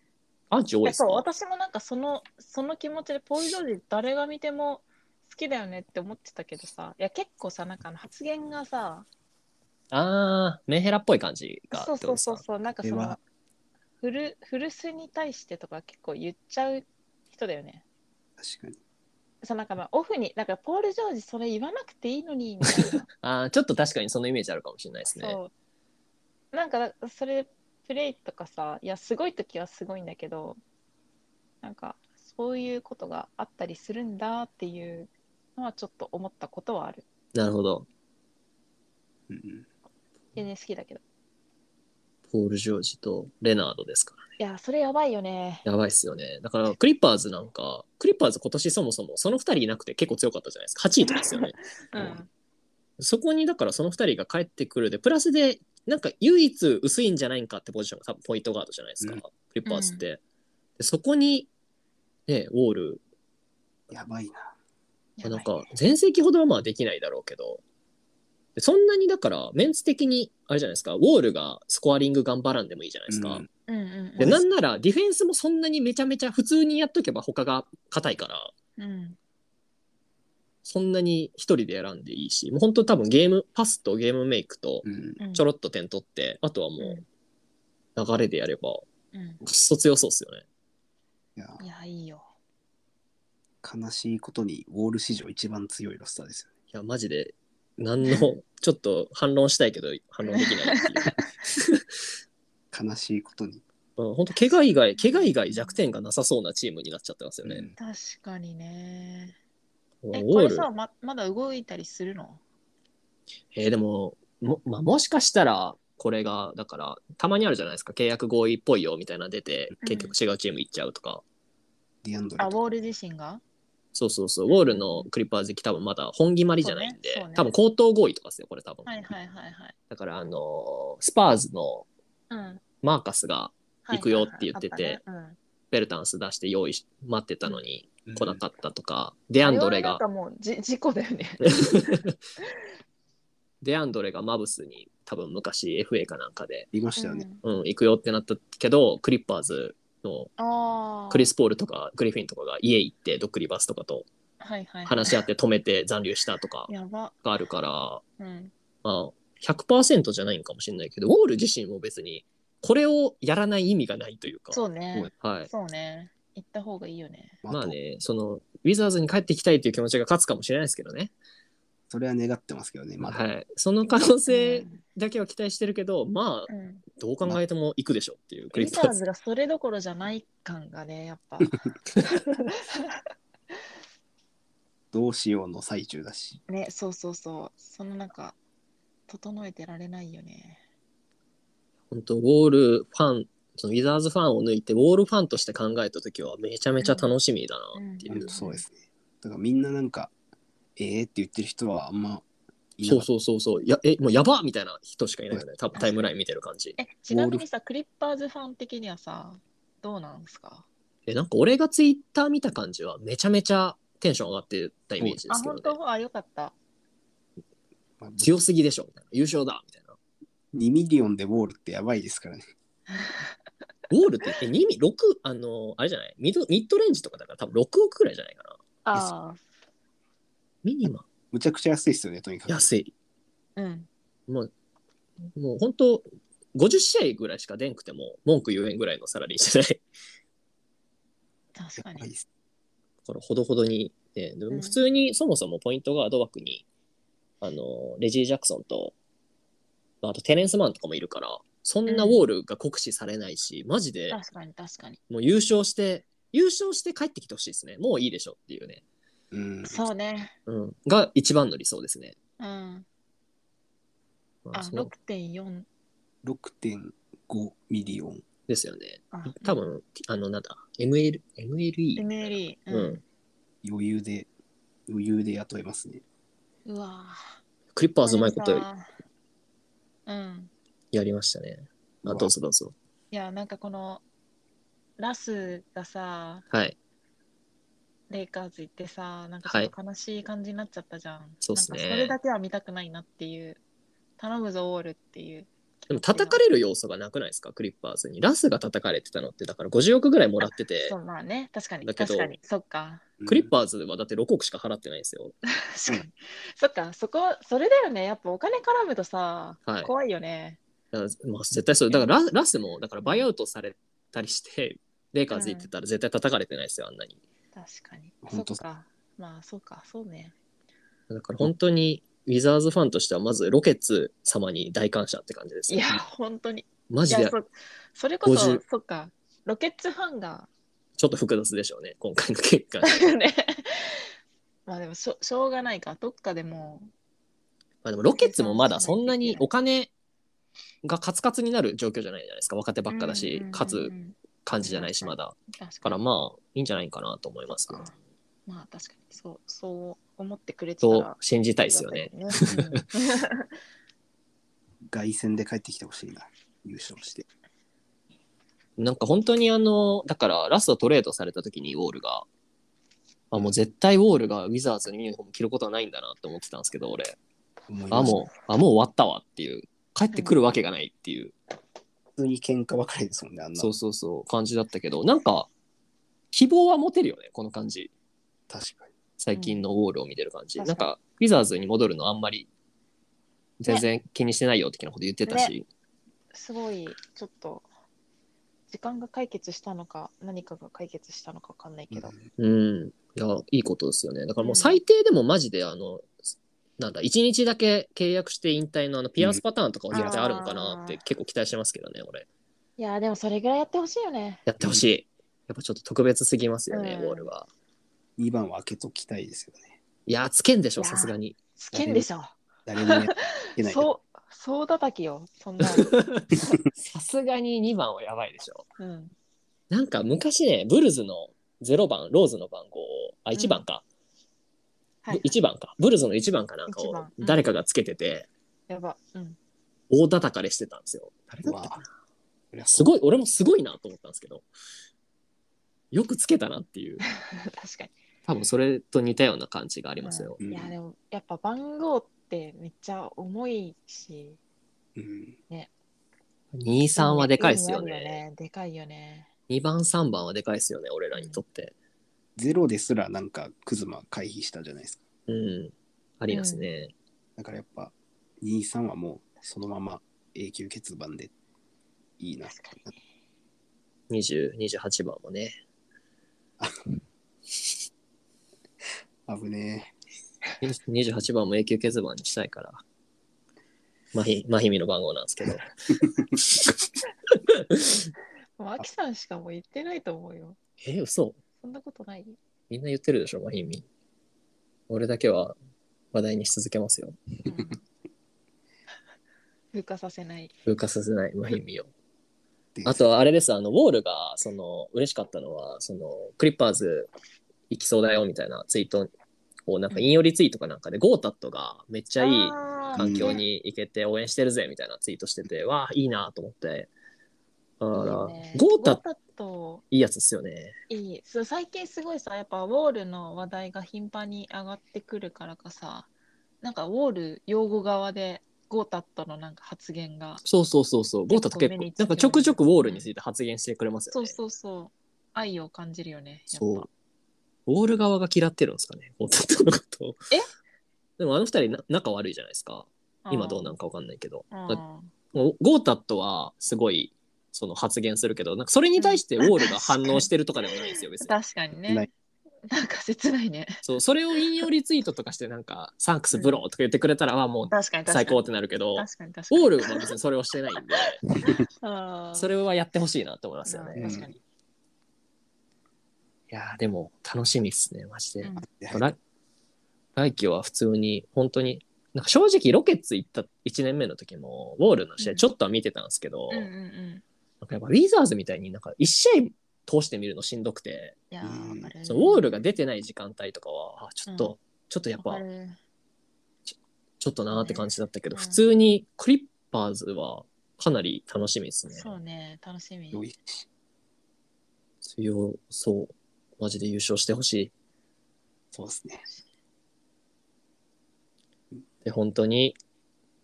[SPEAKER 1] アーチ多い
[SPEAKER 3] い
[SPEAKER 1] で
[SPEAKER 3] や
[SPEAKER 1] すか
[SPEAKER 3] そう、私もなんかその、その気持ちで、ポール・ジョージ誰が見ても好きだよねって思ってたけどさ。いや、結構さ、なんかあの発言がさ、
[SPEAKER 1] ああ、メンヘラっぽい感じがって
[SPEAKER 3] そ
[SPEAKER 1] こ
[SPEAKER 3] う
[SPEAKER 1] と
[SPEAKER 3] そう
[SPEAKER 1] ですか
[SPEAKER 3] そうそう、なんかそ
[SPEAKER 2] で
[SPEAKER 3] の
[SPEAKER 2] は、
[SPEAKER 3] 古古巣に対してとか結構言っちゃう人だよね。
[SPEAKER 2] 確かに
[SPEAKER 3] そうなんかまあオフに、なんかポール・ジョージそれ言わなくていい のにみたいな。
[SPEAKER 1] ああ、ちょっと確かにそのイメージあるかもしれないですね。
[SPEAKER 3] そうなんかそれプレイとかさいやすごい時はすごいんだけどなんかそういうことがあったりするんだっていうのはちょっと思ったことはある
[SPEAKER 1] なるほど。
[SPEAKER 2] うんうん
[SPEAKER 3] 全然好きだけど
[SPEAKER 1] ポール・ジョージとレナードですか
[SPEAKER 3] いやそれやばいよね
[SPEAKER 1] ら。やばいっすよね。だから、クリッパーズなんか、クリッパーズ今年そもそもその2人いなくて結構強かったじゃないですか。8位とかですよね。
[SPEAKER 3] う
[SPEAKER 1] うん
[SPEAKER 3] ん
[SPEAKER 1] そこにだからその2人が帰ってくるで、プラスで、なんか唯一薄いんじゃないかってポジションが多分ポイントガードじゃないですか。
[SPEAKER 2] うん
[SPEAKER 1] クリッパーズって。でそこに、ね、ウォール、
[SPEAKER 2] やばいな
[SPEAKER 3] やば
[SPEAKER 1] ないんか全盛期ほどはまあできないだろうけどでそんなにだからメンツ的にあれじゃないですかウォールがスコアリング頑張らんでもいいじゃないですか、
[SPEAKER 2] うん
[SPEAKER 3] うんうん
[SPEAKER 1] でなんならディフェンスもそんなにめちゃめちゃ普通にやっとけば他が硬いから
[SPEAKER 3] うん
[SPEAKER 1] そんなに一人で選んでいいしもう本当多分ゲームパスとゲームメイクと
[SPEAKER 2] うん
[SPEAKER 3] うん
[SPEAKER 1] ちょろっと点取ってあとはもう流れでやれば
[SPEAKER 3] うん
[SPEAKER 1] くっそ強そうっすよね
[SPEAKER 2] いや
[SPEAKER 3] いやいいよ
[SPEAKER 2] 悲しいことにウォール史上一番強いロスターですよね
[SPEAKER 1] いやマジで何 のちょっと反論したいけど反論できないっていう
[SPEAKER 2] 悲しいことに、
[SPEAKER 1] うん、本当怪我以外、怪我以外弱点がなさそうなチームになっちゃってますよ
[SPEAKER 2] う
[SPEAKER 1] ね。
[SPEAKER 2] ん
[SPEAKER 3] 確かにね
[SPEAKER 1] ウ
[SPEAKER 3] え
[SPEAKER 1] ォ
[SPEAKER 3] こ
[SPEAKER 1] ー
[SPEAKER 3] れ
[SPEAKER 1] ル
[SPEAKER 3] さままだ動いたりするの
[SPEAKER 1] えーでもも,、まあ、もしかしたら、これが、だから、たまにあるじゃないですか、契約合意っぽいよみたいなの出て、結局違うチーム行っちゃうとか、
[SPEAKER 2] ディアンドレ
[SPEAKER 3] あウ
[SPEAKER 2] と
[SPEAKER 3] ォ
[SPEAKER 2] か
[SPEAKER 3] ール自身が
[SPEAKER 1] そうそうそう、ウォールのクリッパーズ行き、多分まだ本決まりじゃないんで、
[SPEAKER 3] そうねそうね
[SPEAKER 1] 多分口頭合意とかですよ、これ多分。
[SPEAKER 3] はいはいはいはい
[SPEAKER 1] だから、あのースパーズの
[SPEAKER 3] うん
[SPEAKER 1] マーカスが行くよって言ってて
[SPEAKER 3] はいはいはいあったね
[SPEAKER 1] ベルタンス出して用意し待ってたのに
[SPEAKER 2] うん
[SPEAKER 1] 来なかったとか、デ
[SPEAKER 3] うん
[SPEAKER 1] アンドレ
[SPEAKER 3] あ
[SPEAKER 1] が
[SPEAKER 3] れはなんかもうじ事故だよね
[SPEAKER 1] デアンドレがマブスに多分昔 FA かなんかで、
[SPEAKER 2] いましたよね、
[SPEAKER 3] うん
[SPEAKER 1] うん、行くよってなったけどクリッパーズの
[SPEAKER 3] ああ。
[SPEAKER 1] クリス・ポールとかグリフィンとかが家行ってドックリバスとかと
[SPEAKER 3] はいはい、
[SPEAKER 1] 話し合って止めて残留したとか
[SPEAKER 3] やば。
[SPEAKER 1] があるから、
[SPEAKER 3] うん。
[SPEAKER 1] まあ、100%じゃないんかもしれないけどウォール自身も別にこれをやらない意味がないというか
[SPEAKER 3] そうね。
[SPEAKER 1] はい、
[SPEAKER 3] そうね。行った方がいいよね。
[SPEAKER 1] まあねそのウィザーズに帰ってきたいという気持ちが勝つかもしれないですけどね、
[SPEAKER 2] それは願ってますけどね、まだ。
[SPEAKER 1] はい、その可能性だけは期待してるけどまあ
[SPEAKER 3] うんうん。
[SPEAKER 1] どう考えても行くでしょうっていうク
[SPEAKER 3] ウ
[SPEAKER 1] リ
[SPEAKER 3] ィ
[SPEAKER 1] ッ
[SPEAKER 3] ザ
[SPEAKER 1] パー
[SPEAKER 3] ー
[SPEAKER 1] ズ
[SPEAKER 3] ズがそれどころじゃない感がね、やっ ぱ。
[SPEAKER 2] どうしようの最中だし。
[SPEAKER 3] ね、そうそうそう。そのなんか、整えてられないよね。
[SPEAKER 1] 本当ウォールファンそのウィザーズファンを抜いてウォールファンとして考えた時はめちゃめちゃ楽しみだなってい
[SPEAKER 2] 本
[SPEAKER 1] う、
[SPEAKER 2] 当そうですね。だからみんななんか、えーって言ってる人はあんまい
[SPEAKER 1] そ
[SPEAKER 2] なか
[SPEAKER 1] う
[SPEAKER 2] った
[SPEAKER 1] そうそうそう。やえ、もうやばみたいな人しかいないよね。多分タイムライン見てる感じ。
[SPEAKER 3] え、ちなみにさ、クリッパーズファン的にはさ、どうなんすか
[SPEAKER 1] え、なんか俺がツイッター見た感じはめちゃめちゃテンション上がってたイメージで
[SPEAKER 3] あ、
[SPEAKER 1] すけど、
[SPEAKER 3] 本
[SPEAKER 1] ね。
[SPEAKER 3] 当あ、よかった。
[SPEAKER 2] まあ
[SPEAKER 1] 強すぎでしょみたいな。優勝だみたいな。
[SPEAKER 2] 2ミリオンでウォールってやばいですからね。
[SPEAKER 1] ゴールって、え、2ミ、6、あの、あれじゃないミドミッドレンジとかだから多分6億くらいじゃないかな。
[SPEAKER 3] あ
[SPEAKER 1] ミニマム
[SPEAKER 2] むちゃくちゃ安いですよね、とにかく。
[SPEAKER 1] 安い。
[SPEAKER 3] あ、うん。
[SPEAKER 1] もう、もう本当50試合ぐらいしか出んくても文句言えんぐらいのサラリーじゃない。
[SPEAKER 3] 確か
[SPEAKER 2] やばい
[SPEAKER 3] に。
[SPEAKER 2] です
[SPEAKER 1] だからほどほどに、ね、で
[SPEAKER 3] う
[SPEAKER 1] も
[SPEAKER 3] ん
[SPEAKER 1] 普通にそもそもポイントガード枠に、あのレジー・ジャクソンと、まあ、あとテレンス・マンとかもいるからそんなウ
[SPEAKER 3] うん
[SPEAKER 1] ォールが酷使されないし、マジで
[SPEAKER 3] 確かに、確かに。
[SPEAKER 1] もう優勝して優勝して帰ってきてほしいですねもういいでしょっていうね、
[SPEAKER 2] うん。
[SPEAKER 3] そうね。
[SPEAKER 1] うん、が一番の理想ですね。
[SPEAKER 3] うん。
[SPEAKER 1] まあ
[SPEAKER 3] あ、
[SPEAKER 1] そう
[SPEAKER 3] 6.4。
[SPEAKER 2] 6.5ミリオン。
[SPEAKER 1] ですよね
[SPEAKER 3] あ
[SPEAKER 1] 多分、あのなんだ ML MLE、
[SPEAKER 3] MLE。
[SPEAKER 1] う
[SPEAKER 3] うん
[SPEAKER 1] ん、
[SPEAKER 2] 余裕で、余裕で雇えますね。
[SPEAKER 3] うわぁ。
[SPEAKER 1] クリッパーズうまいこと
[SPEAKER 3] さあうん。
[SPEAKER 1] やりましたね。あどうぞどうぞ。
[SPEAKER 3] いや、なんかこの、ラスがさ、
[SPEAKER 1] はい。
[SPEAKER 3] レイカーズ行ってさ、なんかちょっと悲しい感じになっちゃったじゃん。
[SPEAKER 1] そうっすね
[SPEAKER 3] なんかそれだけは見たくないなっていう、頼むぞ、ウォールっていう。
[SPEAKER 1] でも叩かれる要素がなくないですかクリッパーズに。ラスが叩かれてたのってだから50億ぐらいもらってて
[SPEAKER 3] そ、うまあね、確かに、
[SPEAKER 1] だけど
[SPEAKER 3] 確かに、そっか。
[SPEAKER 2] うん
[SPEAKER 1] クリッパーズはだって6億しか払ってないんですよ。
[SPEAKER 3] 確かに。そっか、そこは、それだよね。やっぱお金絡むとさ、
[SPEAKER 1] はい
[SPEAKER 3] 怖いよね。
[SPEAKER 1] だからまあ、絶対そう。だからララスもだからバイアウトされたりして、レイカーズ行ってたら絶対叩かれてないですよ、あんなに。
[SPEAKER 3] 確かに。
[SPEAKER 2] ほ
[SPEAKER 3] そ
[SPEAKER 2] んと
[SPEAKER 3] っか。まあ、そうか、そうね。
[SPEAKER 1] だから本当にウィザーズファンとしてはまずロケッツ様に大感謝って感じです
[SPEAKER 3] い
[SPEAKER 1] よ。
[SPEAKER 3] や、本当に。
[SPEAKER 1] マ
[SPEAKER 3] い
[SPEAKER 1] ジで
[SPEAKER 3] や、そそれこそ
[SPEAKER 1] 50、
[SPEAKER 3] そっか、ロケッツファンが、
[SPEAKER 1] ちょっと複雑でしょうね、今回の結果。
[SPEAKER 3] ね。 まあでもしょ、しょうがないか、どっかでもう、
[SPEAKER 1] まあでもロケッツもまだそんなにお金がカツカツになる状況じゃないじゃないですか。若手ばっかだ
[SPEAKER 3] うんうん
[SPEAKER 1] し
[SPEAKER 3] うんう、ん
[SPEAKER 1] 勝つ感じじゃないし、まだ。
[SPEAKER 3] 確
[SPEAKER 1] だか
[SPEAKER 3] からに
[SPEAKER 1] まあ、いいんじゃないかなと思いますね。
[SPEAKER 3] まあ確かにそうそう思ってくれてた
[SPEAKER 1] そう
[SPEAKER 3] ら
[SPEAKER 1] 信じたいですよね。
[SPEAKER 3] ありがたいねうん
[SPEAKER 2] 凱旋で帰ってきてほしいな。優勝して。
[SPEAKER 1] なんか本当にあの、だからラストトレードされた時にウォールが、あ、もう絶対ウォールがウィザーズのユニフォーム着ることはないんだなって思ってたんですけど、俺、
[SPEAKER 2] 思い
[SPEAKER 1] あ、
[SPEAKER 2] ます
[SPEAKER 1] もう、あ、もう終わったわっていう、帰ってくるわけがないっていう、
[SPEAKER 2] 普通に喧嘩ばかりですもんね、あんな。
[SPEAKER 1] そうそうそう、感じだったけど、なんか、希望は持てるよね、この感じ。
[SPEAKER 2] 確かに。
[SPEAKER 1] 最近のウォールを見てる感じ。
[SPEAKER 3] うん
[SPEAKER 1] なんか、ウィザーズに戻るのあんまり、全然気にしてないよ的なこと言ってたし、
[SPEAKER 3] すごいちょっと時間が解決したのか何かが解決したのかわかんないけど、
[SPEAKER 2] うん
[SPEAKER 1] うん、いや、いいことですよね。だからもう最低でもマジで、あの、なんだ、1日だけ契約して引退のあのピアスパターンとかは絶対あるのかなって
[SPEAKER 3] うん
[SPEAKER 1] 結構期待してますけどね、俺。
[SPEAKER 3] いやーでもそれぐらいやってほしいよね
[SPEAKER 1] やってほしい。やっぱちょっと特別すぎますよね、
[SPEAKER 3] うん
[SPEAKER 1] ウォールは。
[SPEAKER 2] 2番は開けときたいですよね。
[SPEAKER 1] いや、つけんでしょ、
[SPEAKER 3] いや
[SPEAKER 1] さすがに。
[SPEAKER 3] 好きんでしょ
[SPEAKER 2] 誰もやってない。
[SPEAKER 3] そうそう叩きよそん な、
[SPEAKER 1] さすがに2番はやばいでしょ。
[SPEAKER 3] うん、
[SPEAKER 1] なんか昔ね、ブルズの0番、ローズの番号を、あ、1番か。
[SPEAKER 3] はい
[SPEAKER 1] 1番か。ブルズの1番かなんか
[SPEAKER 3] 一
[SPEAKER 1] を
[SPEAKER 3] 番うん
[SPEAKER 1] 誰かがつけてて、
[SPEAKER 3] やば、うん、
[SPEAKER 1] 大叩かれしてたんですよ。誰だ
[SPEAKER 2] う
[SPEAKER 1] ったかな
[SPEAKER 2] わぁ
[SPEAKER 1] すごい、俺もすごいなと思ったんですけど、よくつけたなっていう、
[SPEAKER 3] 確かに
[SPEAKER 1] 多分それと似たような感じがありますよ。
[SPEAKER 2] うん
[SPEAKER 3] いやでもやっぱ番号ってめっちゃ重いし
[SPEAKER 2] うん
[SPEAKER 1] 23はでかいですよ
[SPEAKER 3] 意味ある
[SPEAKER 1] ね。
[SPEAKER 3] でかいよね
[SPEAKER 1] 2番、3番はでかいですよね、俺らにとって。
[SPEAKER 2] ゼロですらなんかクズマ回避したじゃないですか。
[SPEAKER 1] うん、ありますね。
[SPEAKER 2] だからやっぱ2、3はもうそのまま永久欠番でいいな。
[SPEAKER 3] 確かに
[SPEAKER 1] 20、28番もね。
[SPEAKER 2] 危ね
[SPEAKER 1] 28番も永久欠番にしたいから。まひ、まひみの番号なんですけど。
[SPEAKER 3] もうアキさんしかもう言ってないと思うよ。
[SPEAKER 1] え、嘘
[SPEAKER 3] そんなことない
[SPEAKER 1] みんな言ってるでしょ、まひみ。俺だけは話題にし続けますよ。
[SPEAKER 3] うん風化させない。
[SPEAKER 1] 風化させない、まひみを。
[SPEAKER 2] え。
[SPEAKER 1] あとあれです、あの、ウォールが、その、嬉しかったのは、その、クリッパーズ行きそうだよみたいなツイートをなんか引用リツイートかなんかで、ゴータットがめっちゃいい
[SPEAKER 3] あー
[SPEAKER 1] 環境に行けて応援してるぜみたいなツイートしてて、わあ、いいなと思って。だから、ゴータ
[SPEAKER 3] ゴータと
[SPEAKER 1] いいやつですよね。
[SPEAKER 3] いいそう最近すごいさやっぱウォールの話題が頻繁に上がってくるからかさなんかウォール用語側でゴータットのなんか発言が
[SPEAKER 1] そうそうそうそう。ゴータット結
[SPEAKER 3] 結構目
[SPEAKER 1] 構
[SPEAKER 3] に、つく
[SPEAKER 1] なんかちょくちょくウォールについて発言してくれますよ
[SPEAKER 3] そう
[SPEAKER 1] ね。
[SPEAKER 3] そうそう愛を感じるよねやっ
[SPEAKER 1] そう
[SPEAKER 3] ぱ
[SPEAKER 1] ウォール側が嫌ってるんですかね、ゴータットのことを
[SPEAKER 3] え
[SPEAKER 1] でもあの二人な仲悪いじゃないですか。今どうなんんかわかんないけど。
[SPEAKER 3] うん
[SPEAKER 1] だもうゴータットはすごいその発言するけど、なんかそれに対してウォールが反応してるとかではないんですよ、別に。
[SPEAKER 3] 確かに
[SPEAKER 2] な
[SPEAKER 3] ね
[SPEAKER 2] い
[SPEAKER 3] なんか切ないね
[SPEAKER 1] そうそれを引用リツイートとかしてなんか「サンクスブロー」とか言ってくれたら、あもう
[SPEAKER 3] 確かに確か
[SPEAKER 1] 最
[SPEAKER 3] に
[SPEAKER 1] 高ってなるけど
[SPEAKER 3] 確かに確かに
[SPEAKER 1] オールは別にそれをしてないんで
[SPEAKER 3] あー
[SPEAKER 1] それはやってほしいなと思いますよ
[SPEAKER 3] う
[SPEAKER 1] ね。
[SPEAKER 3] ん確かに
[SPEAKER 1] いやーでも楽しみっすねマジで。
[SPEAKER 3] うん
[SPEAKER 1] 来来季は普通に本当になんか正直ロケッツ行った1年目の時もウォールの試
[SPEAKER 3] う
[SPEAKER 1] 合
[SPEAKER 3] ん
[SPEAKER 1] ちょっとは見てたんですけど、
[SPEAKER 3] うんうん
[SPEAKER 1] なん
[SPEAKER 3] うん
[SPEAKER 1] かやっぱウィザーズみたいになんか1試合通して見るのしんどくて、
[SPEAKER 3] いやーわかる
[SPEAKER 1] そのウォールが出てない時間帯とかはあちょっと、
[SPEAKER 3] うん
[SPEAKER 1] ちょっとやっ
[SPEAKER 3] わ
[SPEAKER 1] ぱ
[SPEAKER 3] かる
[SPEAKER 1] ちょっとなーって感じだったけど、
[SPEAKER 3] うん
[SPEAKER 1] 普通にクリッパーズはかなり楽しみですね。
[SPEAKER 3] そうね楽しみ
[SPEAKER 2] 良いし
[SPEAKER 1] 強そう。マジで優勝してほしい。
[SPEAKER 2] そうですね。
[SPEAKER 1] で、本当に、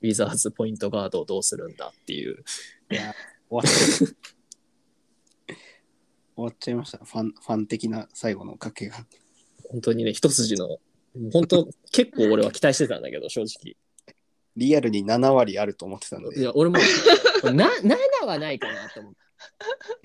[SPEAKER 1] ウィザーズポイントガードをどうするんだっていう。
[SPEAKER 2] いや終わっちゃう終わっちゃいました。ファンファン的な最後の賭けが。
[SPEAKER 1] 本当にね、一筋の、もう本当、結構俺は期待してたんだけど、正直。
[SPEAKER 2] リアルに7割あると思ってたの
[SPEAKER 1] い
[SPEAKER 2] で、
[SPEAKER 1] や、俺も、 な、7はないかなと思った。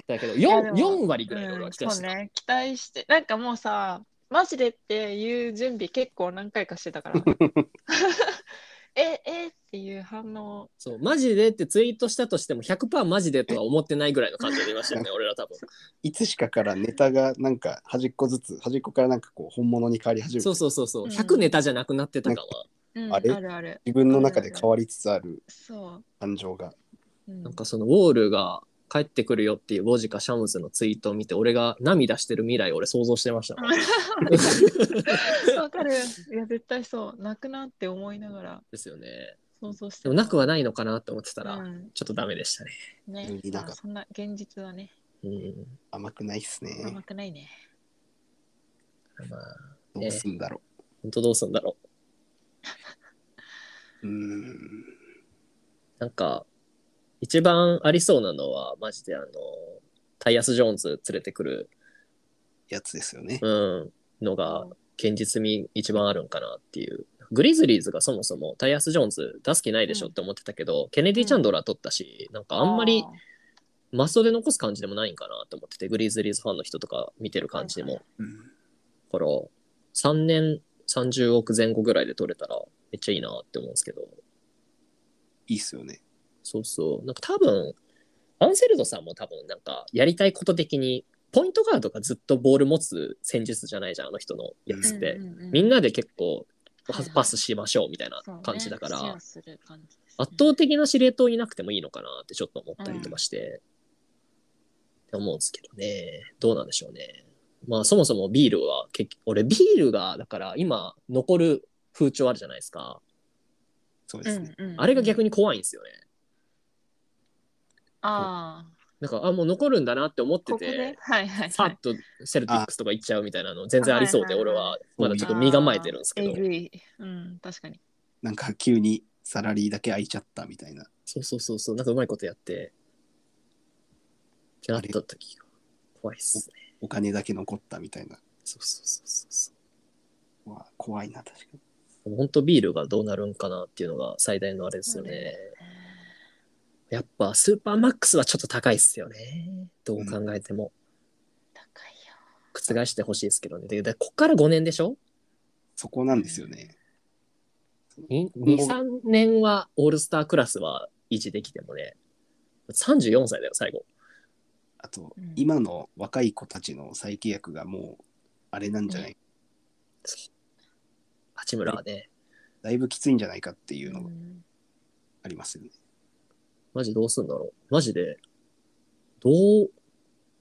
[SPEAKER 1] だけど、
[SPEAKER 3] いやで
[SPEAKER 1] 4,
[SPEAKER 3] も
[SPEAKER 1] 4割ぐらい俺
[SPEAKER 3] う
[SPEAKER 1] は
[SPEAKER 3] ん
[SPEAKER 1] 期待
[SPEAKER 3] そう
[SPEAKER 1] してた。
[SPEAKER 3] ね期待してなんかもうさマジでっていう準備結構何回かしてたから ええっていう反応
[SPEAKER 1] そうマジでってツイートしたとしても100%マジでとは思ってないぐらいの感じでいましたよ ね、俺ら多分。
[SPEAKER 2] いつしかからネタがなんか端っこずつ、端っこからなんかこう本物に変わり始め
[SPEAKER 1] そ
[SPEAKER 2] て
[SPEAKER 1] う、そうそうそうう、
[SPEAKER 3] ん
[SPEAKER 1] 100ネタじゃなくなってたかは、
[SPEAKER 3] うん
[SPEAKER 2] あれ
[SPEAKER 3] あるある
[SPEAKER 2] 自分の中で変わりつつある
[SPEAKER 3] そ
[SPEAKER 2] 感情が。
[SPEAKER 3] う、うん
[SPEAKER 1] なんかそのウォールが帰ってくるよっていうボジカ・シャムズのツイートを見て俺が涙してる未来を俺想像してましたもん
[SPEAKER 3] わかるいや絶対そうなくなって思いながら
[SPEAKER 1] ですよね
[SPEAKER 3] 想像して
[SPEAKER 1] でもなくはないのかなって思ってたら、
[SPEAKER 3] うん
[SPEAKER 1] ちょっとダメでしたね
[SPEAKER 3] ね
[SPEAKER 2] うんなんか
[SPEAKER 3] あそんな現実はね
[SPEAKER 1] うん
[SPEAKER 2] 甘くないっすね
[SPEAKER 3] 甘。くないね
[SPEAKER 1] まあ
[SPEAKER 2] どうすんだろ
[SPEAKER 1] 本当どうすんだろう
[SPEAKER 2] う。うーん。
[SPEAKER 1] なんか一番ありそうなのはマジであのタイアス・ジョーンズ連れてくる、
[SPEAKER 2] やつですよね。
[SPEAKER 1] うん、のが
[SPEAKER 3] うん
[SPEAKER 1] 現実味一番あるんかなっていうグリズリーズがそもそもタイアス・ジョーンズ出す気ないでしょって思ってたけど、ケネディ・チャンドラー取ったし、なんかあんまりマストで残す感じでもないんかなと思ってて、グリズリーズファンの人とか見てる感じでも。
[SPEAKER 2] うん。
[SPEAKER 1] だから、3年30億前後ぐらいで取れたら、めっちゃいいなって思うんですけど、
[SPEAKER 2] いいっすよね。
[SPEAKER 1] そうそう。なんか多分、アンセルドさんも多分、なんか、やりたいこと的に、ポイントガードがずっとボール持つ戦術じゃないじゃん、あの人のやつって。みん
[SPEAKER 3] な
[SPEAKER 1] なで結構
[SPEAKER 3] はいはい、
[SPEAKER 1] パスしましょうみたいな感じだから、
[SPEAKER 3] 圧
[SPEAKER 1] 圧倒的な司令塔いなくてもいいのかなってちょっと思ったりとかして、って思うんですけどねどうなんでしょうねまあそもそもビールは結俺ビールがだから今残る風潮あるじゃないですか
[SPEAKER 2] そうですね。
[SPEAKER 1] あれが逆
[SPEAKER 3] に
[SPEAKER 1] に怖いんですよね
[SPEAKER 3] ああ
[SPEAKER 1] なんかあもう残るんだなって思って
[SPEAKER 3] ここ
[SPEAKER 1] て
[SPEAKER 3] ではいはい
[SPEAKER 1] さ
[SPEAKER 3] は
[SPEAKER 1] っ
[SPEAKER 3] い
[SPEAKER 1] とセルティックスとか行っちゃうみたいなの全然ありそうで
[SPEAKER 3] はいはい
[SPEAKER 1] 俺
[SPEAKER 3] はい
[SPEAKER 1] はまだちょっと身構えてるんですけ
[SPEAKER 3] あ
[SPEAKER 1] ど
[SPEAKER 3] ーえぐいうん確かに
[SPEAKER 2] なんか急にサラリーだけ空いちゃったみたいな。
[SPEAKER 1] そうそうそうそうなんかうまいことやってってなった時が怖いっすね
[SPEAKER 2] お金だけ残ったみたいな。
[SPEAKER 1] そうそうそうそうそう
[SPEAKER 2] うわ怖いな、確かに。
[SPEAKER 1] 本当ビールがどうなるんかなっていうのが最大のあれですよ
[SPEAKER 3] そう
[SPEAKER 1] ね
[SPEAKER 3] ね。
[SPEAKER 1] やっぱスーパーマックスはちょっと高いっすよね。どう考えても。
[SPEAKER 3] 高いよ
[SPEAKER 1] 覆してほしいですけどね。で、でこっから5年でしょ
[SPEAKER 2] そこなんですよね。
[SPEAKER 1] ?2、
[SPEAKER 2] もう
[SPEAKER 1] 2 3年はオールスタークラスは維持できてもね。34歳だよ、最後。
[SPEAKER 2] あと、
[SPEAKER 3] うん
[SPEAKER 2] 今の若い子たちの再契約がもう、あれなんじゃない、
[SPEAKER 1] 八村はね。
[SPEAKER 2] だいぶきついんじゃないかっていうの
[SPEAKER 3] う
[SPEAKER 2] が
[SPEAKER 3] ん
[SPEAKER 2] ありますよね。
[SPEAKER 1] マジどうすんだろう。マジで、どう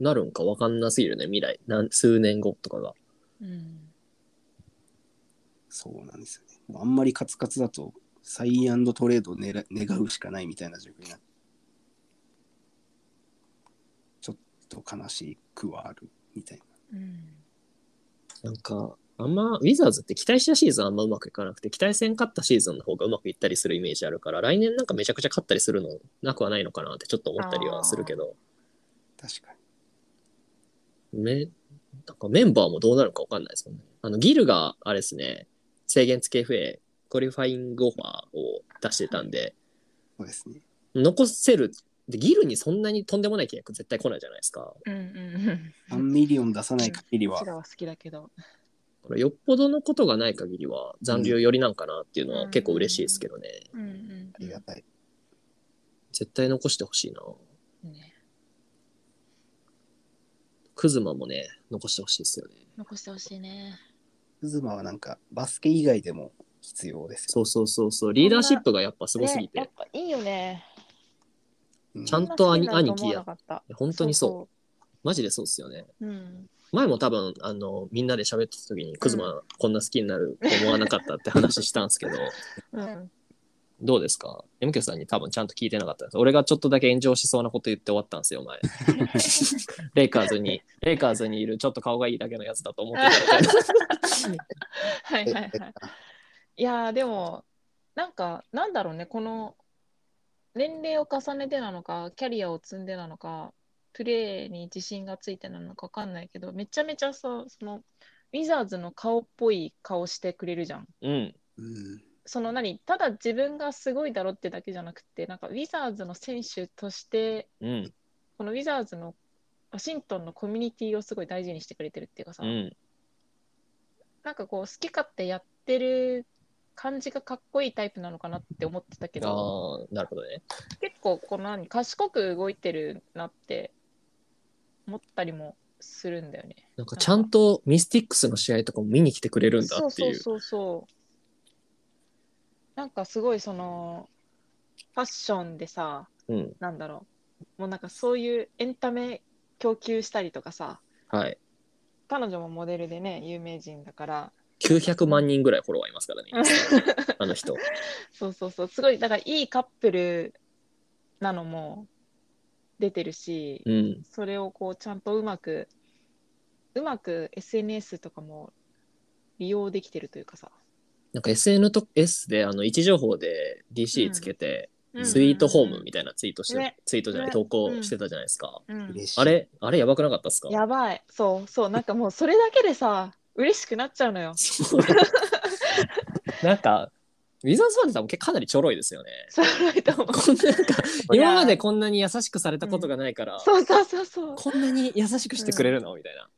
[SPEAKER 1] なるんかわかんなすぎるね、未来。なん数年後とかが。
[SPEAKER 3] うん
[SPEAKER 2] そうなんですよね。もうあんまりカツカツだと、サイントレードを狙願うしかないみたいな状況になって、ちょっと悲しくはあるみたいな。
[SPEAKER 3] うん
[SPEAKER 1] なんか、あんま、ウィザーズって期待したシーズンあんまうまくいかなくて、期待せん勝ったシーズンの方がうまくいったりするイメージあるから、来年なんかめちゃくちゃ勝ったりするのなくはないのかなってちょっと思ったりはするけど、
[SPEAKER 2] 確かに。
[SPEAKER 1] めなんかメンバーもどうなるかわかんないですもんね。あの、ギルが、あれですね、制限付き FA、クリファイングオファーを出してたんで、
[SPEAKER 2] そうですね。
[SPEAKER 1] 残せる、でギルにそんなにとんでもない契約絶対来ないじゃないですか。
[SPEAKER 3] うんうん
[SPEAKER 2] 3ミリオン出さない限り
[SPEAKER 3] う
[SPEAKER 2] は
[SPEAKER 3] ち、らは好きだけど。
[SPEAKER 1] だからよっぽどのことがない限りは残留よりなんかなっていうのは結構嬉しいですけどね。
[SPEAKER 3] うんうん
[SPEAKER 2] ありがたい。
[SPEAKER 1] 絶対残してほしいな。
[SPEAKER 3] ね
[SPEAKER 1] クズマもね、残してほしいですよね。
[SPEAKER 3] 残してほしいね。
[SPEAKER 2] クズマはなんか、バスケ以外でも必要です
[SPEAKER 1] そうそうそうそう、リーダーシップがやっぱすごすぎ
[SPEAKER 3] ねや
[SPEAKER 1] て
[SPEAKER 3] っ、ぱいいよね。
[SPEAKER 2] よ。う
[SPEAKER 1] ちゃん
[SPEAKER 3] そ
[SPEAKER 1] と
[SPEAKER 3] な好
[SPEAKER 1] 兄
[SPEAKER 3] き
[SPEAKER 1] 兄貴
[SPEAKER 3] になると思わ
[SPEAKER 1] や
[SPEAKER 3] な。かった。
[SPEAKER 1] 本当にそう
[SPEAKER 3] そう
[SPEAKER 1] マジでそうっすよね。
[SPEAKER 3] そう。うん。
[SPEAKER 1] 前も多分、あの、みんなで喋ってた時に、クズマこんな好きになると思わなかったって話したんですけど、
[SPEAKER 3] うん。
[SPEAKER 1] どうですか ?MK さんに多分ちゃんと聞いてなかったんです。俺がちょっとだけ炎上しそうなこと言って終わったんですよ、 前。レイカーズに、レイカーズにいるちょっと顔がいいだけのやつだと思ってた みたいな
[SPEAKER 3] はいはいはい。いやーでもなんかなんだろうねこの年齢を重ねてなのかキャリアを積んでなのかプレーに自信がついてなのか分かんないけどめちゃめちゃさそのウィザーズの顔っぽい顔してくれるじゃん。
[SPEAKER 1] うん。
[SPEAKER 2] うん。
[SPEAKER 3] その何ただ自分がすごいだろってだけじゃなくてなんかウィザーズの選手として
[SPEAKER 1] うん。
[SPEAKER 3] このウィザーズのワシントンのコミュニティをすごい大事にしてくれてるっていうかさ、
[SPEAKER 1] うん。
[SPEAKER 3] なんかこう好き勝手やってる感じがかっこいいタイプなのかなって思ってた
[SPEAKER 1] あ
[SPEAKER 3] けど
[SPEAKER 1] あ、なるほどね。
[SPEAKER 3] 結構この何賢く動いてるなって思ったりもするんだよね。
[SPEAKER 1] なんかちゃんとミスティックスの試合とかも見に来てくれるんだ
[SPEAKER 3] そう
[SPEAKER 1] ってい
[SPEAKER 3] そう
[SPEAKER 1] う。
[SPEAKER 3] そうそう。なんかすごいそのファッションでさ
[SPEAKER 1] うん。
[SPEAKER 3] なんだろうもうなんかそういうエンタメ供給したりとかさ
[SPEAKER 1] はい。
[SPEAKER 3] 彼女もモデルでね有名人だから
[SPEAKER 1] 900万人ぐらいフォロワーいますからね。あの人。
[SPEAKER 3] そうそうそうすごいだからいいカップルなのも出てるし、
[SPEAKER 1] うん。
[SPEAKER 3] それをこうちゃんとうまくうまく SNS とかも利用できてるというかさ、
[SPEAKER 1] なんか SNS であの位置情報で DC つけて、スイートホームみたいなツイートして、
[SPEAKER 3] ね
[SPEAKER 1] ツイートじゃない、
[SPEAKER 3] ね
[SPEAKER 1] 投稿してたじゃないですか。
[SPEAKER 3] たいな、
[SPEAKER 2] 嬉しい。
[SPEAKER 1] あれ、あれやばくなかったっすか
[SPEAKER 3] やばいそうそうなんかもうそれだけでさ嬉しくなっちゃう のよ
[SPEAKER 1] そう なんか、ウィザーズファンって多分結構かなりちょろいです よね。
[SPEAKER 3] それとも
[SPEAKER 1] こんななんか今までこんなに優しくされたことがないから、
[SPEAKER 3] そうそうそうそう
[SPEAKER 1] こんなに優しくしてくれるのみたいな。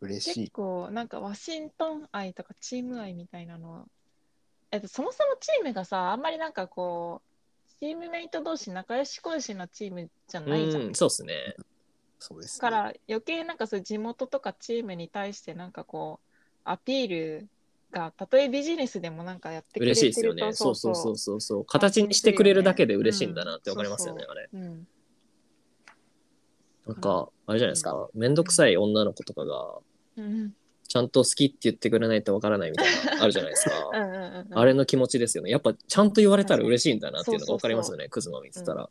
[SPEAKER 2] 嬉し
[SPEAKER 3] 結
[SPEAKER 2] い。
[SPEAKER 3] 構なんかワシントン愛とかチーム愛みたいなのえっとそもそもチームがさあんまりなんかこうチームメイト同士仲良し恋しなチームじゃないじゃん
[SPEAKER 1] うん、そうっすね。
[SPEAKER 2] そうです、
[SPEAKER 3] だから余計なんかそういう地元とかチームに対してなんかこうアピールがたとえビジネスでもなんかやってくれ
[SPEAKER 1] 嬉しい
[SPEAKER 3] て
[SPEAKER 1] ですよ
[SPEAKER 3] ると
[SPEAKER 1] ね。そうそうそううそうそう。形にしてくれるだけで嬉しいんだなって
[SPEAKER 3] うん
[SPEAKER 1] わかりますよね、あれ。
[SPEAKER 3] うん
[SPEAKER 1] なんか、あれじゃないですか、めんどくさい女の子とかが、
[SPEAKER 3] うん
[SPEAKER 1] ちゃんと好きって言ってくれないとわからないみたい な、あるじゃないですか。
[SPEAKER 3] うんうんうん
[SPEAKER 1] あれの気持ちですよね。やっぱ、ちゃんと言われたら嬉しいんだなっていうのがわかりますよね、クズマ見てたら。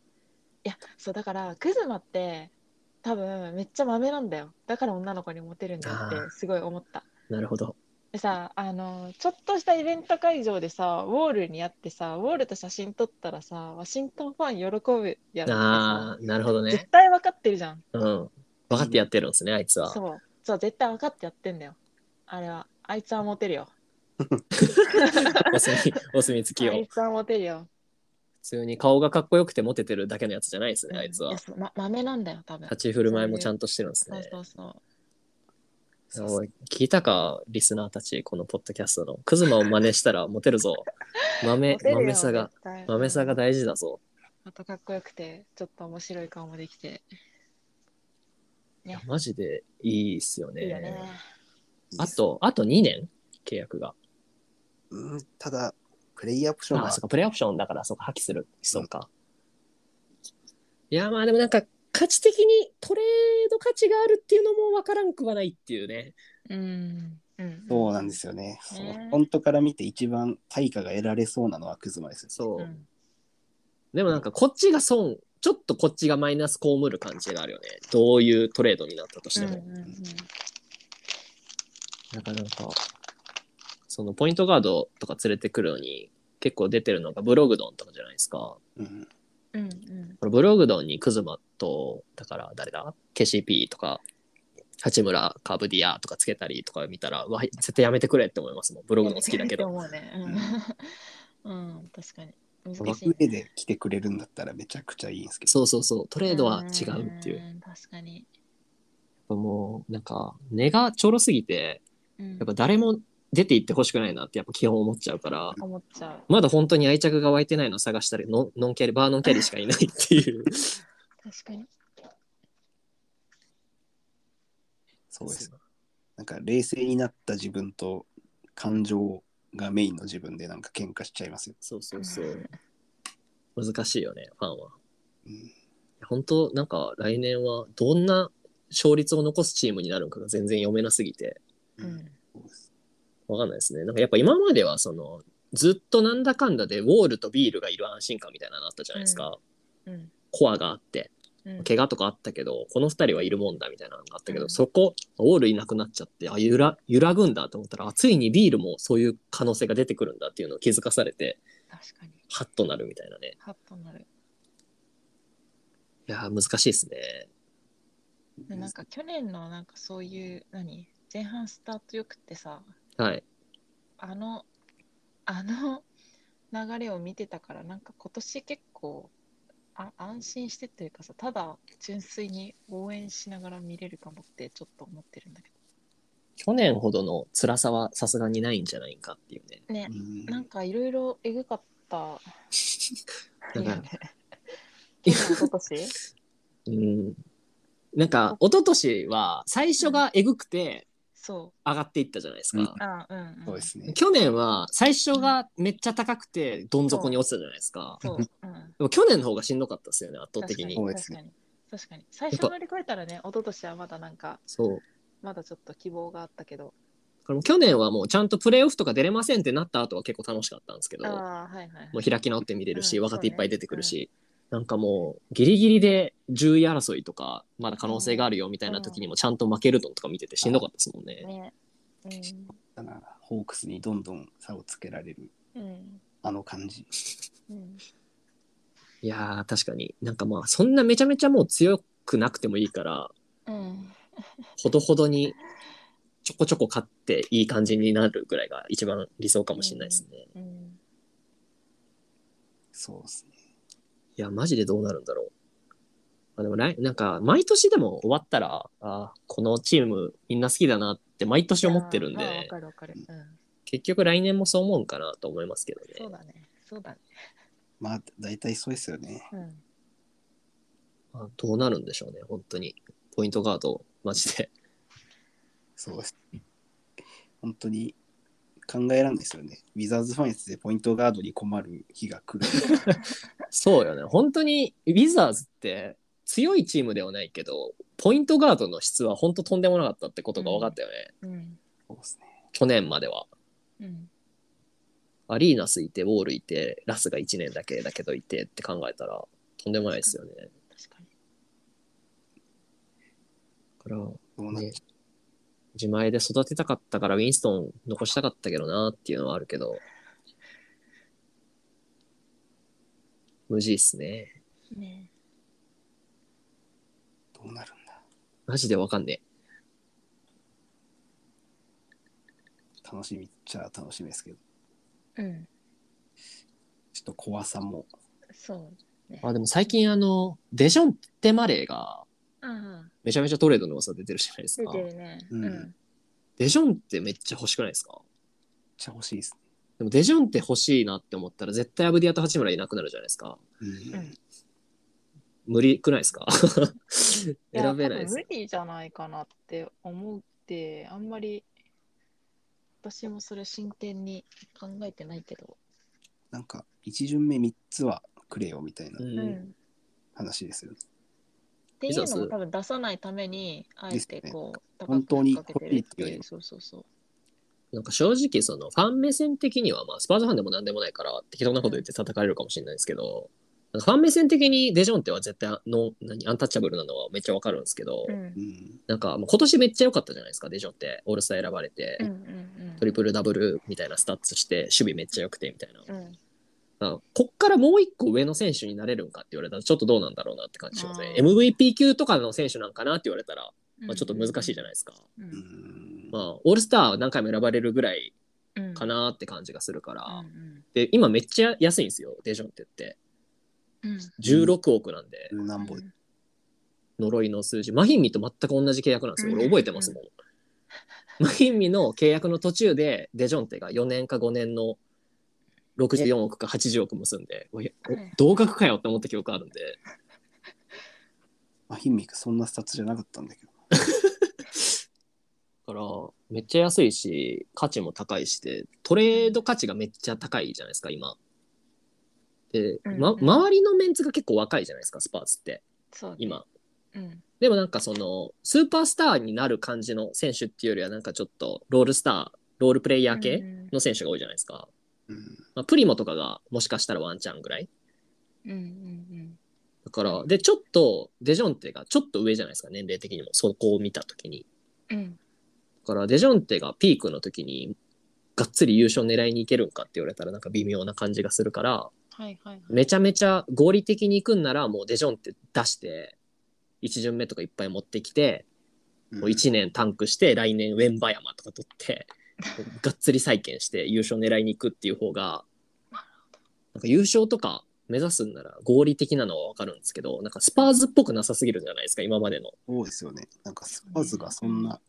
[SPEAKER 3] いやそうだからクズマって多分めっちゃマメなんだよだから女の子にモテるんだよ
[SPEAKER 1] あ
[SPEAKER 3] っ
[SPEAKER 1] ー
[SPEAKER 3] てすごい思った
[SPEAKER 1] なるほど。
[SPEAKER 3] でさあのちょっとしたイベント会場でさウォールに会ってさウォールと写真撮ったらさワシントンファン喜ぶやろってさ
[SPEAKER 1] ああ、なるほどね
[SPEAKER 3] 絶。対分かってるじゃん
[SPEAKER 1] うん。分かってやってるんですね、あいつは。
[SPEAKER 3] そうそう絶対分かってやってんだよあれはあいつはモテるよ
[SPEAKER 1] お墨、 お墨付き
[SPEAKER 3] あ
[SPEAKER 1] を。
[SPEAKER 3] い
[SPEAKER 1] 普
[SPEAKER 3] つはモテるよ
[SPEAKER 1] 通に顔がかっこよくてモテてるだけのやつじゃないですね、あいつは
[SPEAKER 3] や。そうま豆なんだよ多分
[SPEAKER 1] 立ち振る舞いもちゃんとしてるんです
[SPEAKER 3] そう
[SPEAKER 1] ね。
[SPEAKER 3] そうそ
[SPEAKER 1] おい聞いたか、リスナーたち、このポッドキャストの。クズマを真似したらモテる ぞ。
[SPEAKER 3] う
[SPEAKER 1] 豆
[SPEAKER 3] モ、テるよ
[SPEAKER 1] 豆さが、
[SPEAKER 3] 絶対
[SPEAKER 1] 豆さが大事だぞ。
[SPEAKER 3] またかっこよくてちょっと面白い顔もできて
[SPEAKER 1] いやマジでいいっすよね。
[SPEAKER 3] いいよね
[SPEAKER 1] あと、あと2年契約が。
[SPEAKER 2] うん、ただ、プレイアップション
[SPEAKER 1] あ
[SPEAKER 2] は
[SPEAKER 1] そっか、プレイオプションだから、そっか、破棄する。そうか。いや、まあでもなんか、価値的にトレード価値があるっていうのもわからんくはないっていうね。
[SPEAKER 3] うんうん
[SPEAKER 2] そうなんですよね。その
[SPEAKER 3] ね
[SPEAKER 2] フォントから見て一番対価が得られそうなのはクズマですよ。
[SPEAKER 1] そう、
[SPEAKER 3] うん
[SPEAKER 1] でもなんかこっちが損、ちょっとこっちがマイナス被る感じがあるよね。どういうトレードになったとして
[SPEAKER 3] うん
[SPEAKER 1] も。
[SPEAKER 3] うんうん
[SPEAKER 1] なんかなんか、そのポイントガードとか連れてくるのに結構出てるのがブログドンとかじゃないですか。
[SPEAKER 2] うん、
[SPEAKER 3] うんうん
[SPEAKER 1] これブログドンにクズマと、だから誰だケシピとか、八村カブディアとかつけたりとか見たら、うわ、絶対やめてくれって思いますもん。ブログドン好きだけ
[SPEAKER 3] や
[SPEAKER 1] ど。
[SPEAKER 3] めてくれって思うね。うん。うん、確かに。難しい
[SPEAKER 2] 6
[SPEAKER 3] ね。
[SPEAKER 2] 名で来てくれるんだったらめちゃくちゃいいんですけど。
[SPEAKER 1] そうそうそう、トレードは違うっていう。
[SPEAKER 3] ん。確かに。
[SPEAKER 1] もう、なんか、根がちょろすぎて、
[SPEAKER 3] うん
[SPEAKER 1] やっぱ誰も出て行ってほしくないなってやっぱ基本思っちゃうから、
[SPEAKER 3] 思っちゃう。
[SPEAKER 1] まだ本当に愛着が湧いてないの探したり、ノンノンキャリ、バーノンキャリしかいないっていう。
[SPEAKER 3] 確かに。
[SPEAKER 2] そうです。なんか冷静になった自分と感情がメインの自分でなんか喧嘩しちゃいますよ。
[SPEAKER 1] そうそうそう。難しいよね、ファンは。
[SPEAKER 2] うん、
[SPEAKER 1] 本当なんか来年はどんな勝率を残すチームになるのかが全然読めなすぎて、
[SPEAKER 3] う
[SPEAKER 2] うん
[SPEAKER 3] ん。
[SPEAKER 2] そうです
[SPEAKER 1] わかんないですね。なんかやっぱ今まではその、ずっとなんだかんだでウォールとビールがいる安心感みたいなのあったじゃないですか。
[SPEAKER 3] うん。
[SPEAKER 1] コアがあって、
[SPEAKER 3] うん
[SPEAKER 1] 怪我とかあったけど、この二人はいるもんだみたいなのがあったけど、
[SPEAKER 3] うん
[SPEAKER 1] そこ、ウォールいなくなっちゃって、あ、揺ら、揺らぐんだと思ったら、あついにビールもそういう可能性が出てくるんだっていうのを気づかされて、
[SPEAKER 3] 確かに。
[SPEAKER 1] ハッとなるみたいなね。
[SPEAKER 3] ハッとなる。
[SPEAKER 1] いやー、難しいですね。
[SPEAKER 3] でなんか去年のなんかそういう、何前半スタートよくってさ、
[SPEAKER 1] はい。
[SPEAKER 3] あの、あの流れを見てたから、なんか今年結構あ安心してというかさ、ただ純粋に応援しながら見れるかもってちょっと思ってるんだけ
[SPEAKER 1] 去年ほどの辛さはさすがにないんじゃないかっていう ね。
[SPEAKER 3] ど。ね
[SPEAKER 2] う、ん
[SPEAKER 3] なんかいろいろえぐかったよ
[SPEAKER 1] なんか
[SPEAKER 3] ね。去年、今年
[SPEAKER 1] うん。なんか、一昨年は最初がえぐくて
[SPEAKER 3] そ
[SPEAKER 1] 上がっていったじゃないですか。
[SPEAKER 3] う。あうん、うん。
[SPEAKER 2] そうで。すね。
[SPEAKER 1] 去年は最初がめっちゃ高くてどん底に落ちたじゃないですか。
[SPEAKER 3] そう。うん。
[SPEAKER 1] でも去年の方がしんどかったですよね、圧倒
[SPEAKER 3] 確
[SPEAKER 1] 的
[SPEAKER 3] か
[SPEAKER 1] に。
[SPEAKER 3] に。
[SPEAKER 2] そうです
[SPEAKER 3] 確か
[SPEAKER 2] ね
[SPEAKER 3] に。確かに。最初乗り越えたらね、一昨年はまだなんか、
[SPEAKER 1] そう。
[SPEAKER 3] まだちょっと希望があったけど。
[SPEAKER 1] これも去年はもうちゃんとプレーオフとか出れませんってなった後は結構楽しかったんですけど、
[SPEAKER 3] ああ、はいはいはい。
[SPEAKER 1] もう開き直って見れるし、
[SPEAKER 3] うん
[SPEAKER 1] 若手いっぱい出てくるし、なんかもうギリギリで10位争いとか、まだ可能性があるよみたいな時にもちゃんと負けるのとか見ててしんどかったですもんね。
[SPEAKER 3] ね。
[SPEAKER 2] だなホークスにどんどん差をつけられる
[SPEAKER 3] うん。うん。
[SPEAKER 2] あの感じ。
[SPEAKER 3] うん。
[SPEAKER 1] いやー、確かになんかまあそんなめちゃめちゃもう強くなくてもいいから、
[SPEAKER 3] うん。
[SPEAKER 1] ほどほどにちょこちょこ勝っていい感じになるぐらいが一番理想かもしれないですね。
[SPEAKER 3] うん。
[SPEAKER 2] そうですね。
[SPEAKER 1] いや、マジでどうなるんだろう。あでも来、なんか、毎年でも終わったら、あこのチームみんな好きだなって毎年思ってるん
[SPEAKER 3] いやーまあわ
[SPEAKER 1] で、
[SPEAKER 3] かるわかる。うん。
[SPEAKER 1] 結局来年もそう思うんかなと思いますけどね。
[SPEAKER 3] そうだね。そうだね。
[SPEAKER 2] まあ大体そうですよね。
[SPEAKER 3] うん。
[SPEAKER 1] まあどうなるんでしょうね、本当に。ポイントガード、マジで。
[SPEAKER 2] そうです。本当に考えらんないですよね。ウィザーズファンスでポイントガードに困る日が来る。
[SPEAKER 1] そうよね、本当に、ウィザーズって強いチームではないけど、ポイントガードの質は本当とんでもなかったってことが分かったよね、
[SPEAKER 3] うん。
[SPEAKER 2] そうですね。
[SPEAKER 1] 去年までは。
[SPEAKER 3] うん。
[SPEAKER 1] アリーナスいて、ウォールいて、ラスが1年だけだけどいてって考えたら、とんでもないですよね。
[SPEAKER 3] 確かに。
[SPEAKER 1] だから
[SPEAKER 2] どうなっ
[SPEAKER 1] ね、自前で育てたかったからウィンストン残したかったけどなっていうのはあるけど無事っすね
[SPEAKER 3] ね
[SPEAKER 2] どうなるんだ。
[SPEAKER 1] マジでわかんね
[SPEAKER 2] 楽しみっちゃ楽しみですけど、
[SPEAKER 3] うん。
[SPEAKER 2] ちょっと怖さも。
[SPEAKER 3] そう。
[SPEAKER 1] えあでも最近あのデジョンテ・マレーが
[SPEAKER 3] うん。
[SPEAKER 1] めちゃめちゃトレードの噂出てるじゃないです
[SPEAKER 3] 出
[SPEAKER 1] か
[SPEAKER 3] てるね。
[SPEAKER 2] うん
[SPEAKER 3] うん。
[SPEAKER 1] デジョンってめっちゃ欲しくないですか
[SPEAKER 2] めっちゃ欲しいですね。
[SPEAKER 1] でもデジョンって欲しいなって思ったら絶対アブディアと八村いなくなるじゃないですか
[SPEAKER 2] うん
[SPEAKER 3] うん
[SPEAKER 1] 無理くないですか 選べな
[SPEAKER 3] や
[SPEAKER 1] いで
[SPEAKER 3] 多
[SPEAKER 1] す
[SPEAKER 3] 分無理じゃないかなって思って、あんまり私もそれ真剣に考えてないけど。
[SPEAKER 2] なんか一巡目3つはくれよみたいな
[SPEAKER 1] うん
[SPEAKER 3] うん。
[SPEAKER 2] 話ですよね。
[SPEAKER 3] っていうの
[SPEAKER 1] そ
[SPEAKER 3] も
[SPEAKER 1] う
[SPEAKER 3] 多分出さないためめにあえてこう、
[SPEAKER 2] 本当に欲しいっていう
[SPEAKER 3] そうそうそう
[SPEAKER 1] なんか正直そのファン目線的にはまあスパーズファンでも何でもないから適当なこと言って叩かれるかもしれないですけど、なんかファン目線的にデジョンテは絶対の何アンタッチャブルなのはめっちゃわかるんですけど、
[SPEAKER 3] うん
[SPEAKER 2] うん。
[SPEAKER 1] なんかもう今年めっちゃ良かったじゃないですかデジョンテオールスター選ばれて、
[SPEAKER 3] うんうん
[SPEAKER 1] トリプルダブルみたいなスタッツして守備めっちゃ良くてみたいな、
[SPEAKER 3] うんうん
[SPEAKER 1] あこっからもう一個上の選手になれるんかって言われたらちょっとどうなんだろうなって感じしますね
[SPEAKER 3] あ
[SPEAKER 1] MVP 級とかの選手なんかなって言われたら、まあ、ちょっと難しいじゃないですか、
[SPEAKER 3] う
[SPEAKER 2] うんん
[SPEAKER 1] まあ、オールスター何回も選ばれるぐらい
[SPEAKER 3] うん
[SPEAKER 1] かなって感じがするから、
[SPEAKER 3] うん
[SPEAKER 1] で今めっちゃ安いんですよデジョンって言って
[SPEAKER 3] うんうん
[SPEAKER 1] 16億なんで、
[SPEAKER 2] なんぼ
[SPEAKER 1] 呪いの数字マヒンミと全く同じ契約なんですよ俺覚えてますもん、マヒンミの契約の途中でデジョンテが4年か5年の64億か80億結んでおいお
[SPEAKER 3] うん
[SPEAKER 1] 同額かよって思った記憶あるんで
[SPEAKER 2] まあ、ヒンミクそんなスタッツじゃなかったんだけど。
[SPEAKER 1] だからめっちゃ安いし価値も高いしでトレード価値がめっちゃ高いじゃないですか今。で、ま、
[SPEAKER 3] うんうん
[SPEAKER 1] 周りのメンツが結構若いじゃないですかスパーズって
[SPEAKER 3] そうね
[SPEAKER 1] 今。
[SPEAKER 3] うん
[SPEAKER 1] でもなんかそのスーパースターになる感じの選手っていうよりはなんかちょっとロールスターロールプレイヤー
[SPEAKER 3] う
[SPEAKER 1] 系
[SPEAKER 3] ん
[SPEAKER 1] の選手が多いじゃないですか。
[SPEAKER 2] うん。
[SPEAKER 1] まあ、プリモとかがもしかしたらワンチャンぐらい。
[SPEAKER 3] うんうん
[SPEAKER 1] だからでちょっとデジョンテがちょっと上じゃないですか年齢的にもそこを見た時に。
[SPEAKER 3] うんうん
[SPEAKER 1] だからデジョンテがピークの時にがっつり優勝狙いに行けるんかって言われたらなんか微妙な感じがするから
[SPEAKER 3] はいはいはい
[SPEAKER 1] めちゃめちゃ合理的に行くんならもうデジョンテ出して1巡目とかいっぱい持ってきてもう1年タンクして来年ウェンバヤマとか取ってがっつり再建して優勝狙いに行くっていう方がなんか優勝とか目指すんなら合理的なのは分かるんですけどなんかスパーズっぽくなさすぎるじゃないですか今までの。
[SPEAKER 2] そうですよね。なんかスパーズがそんな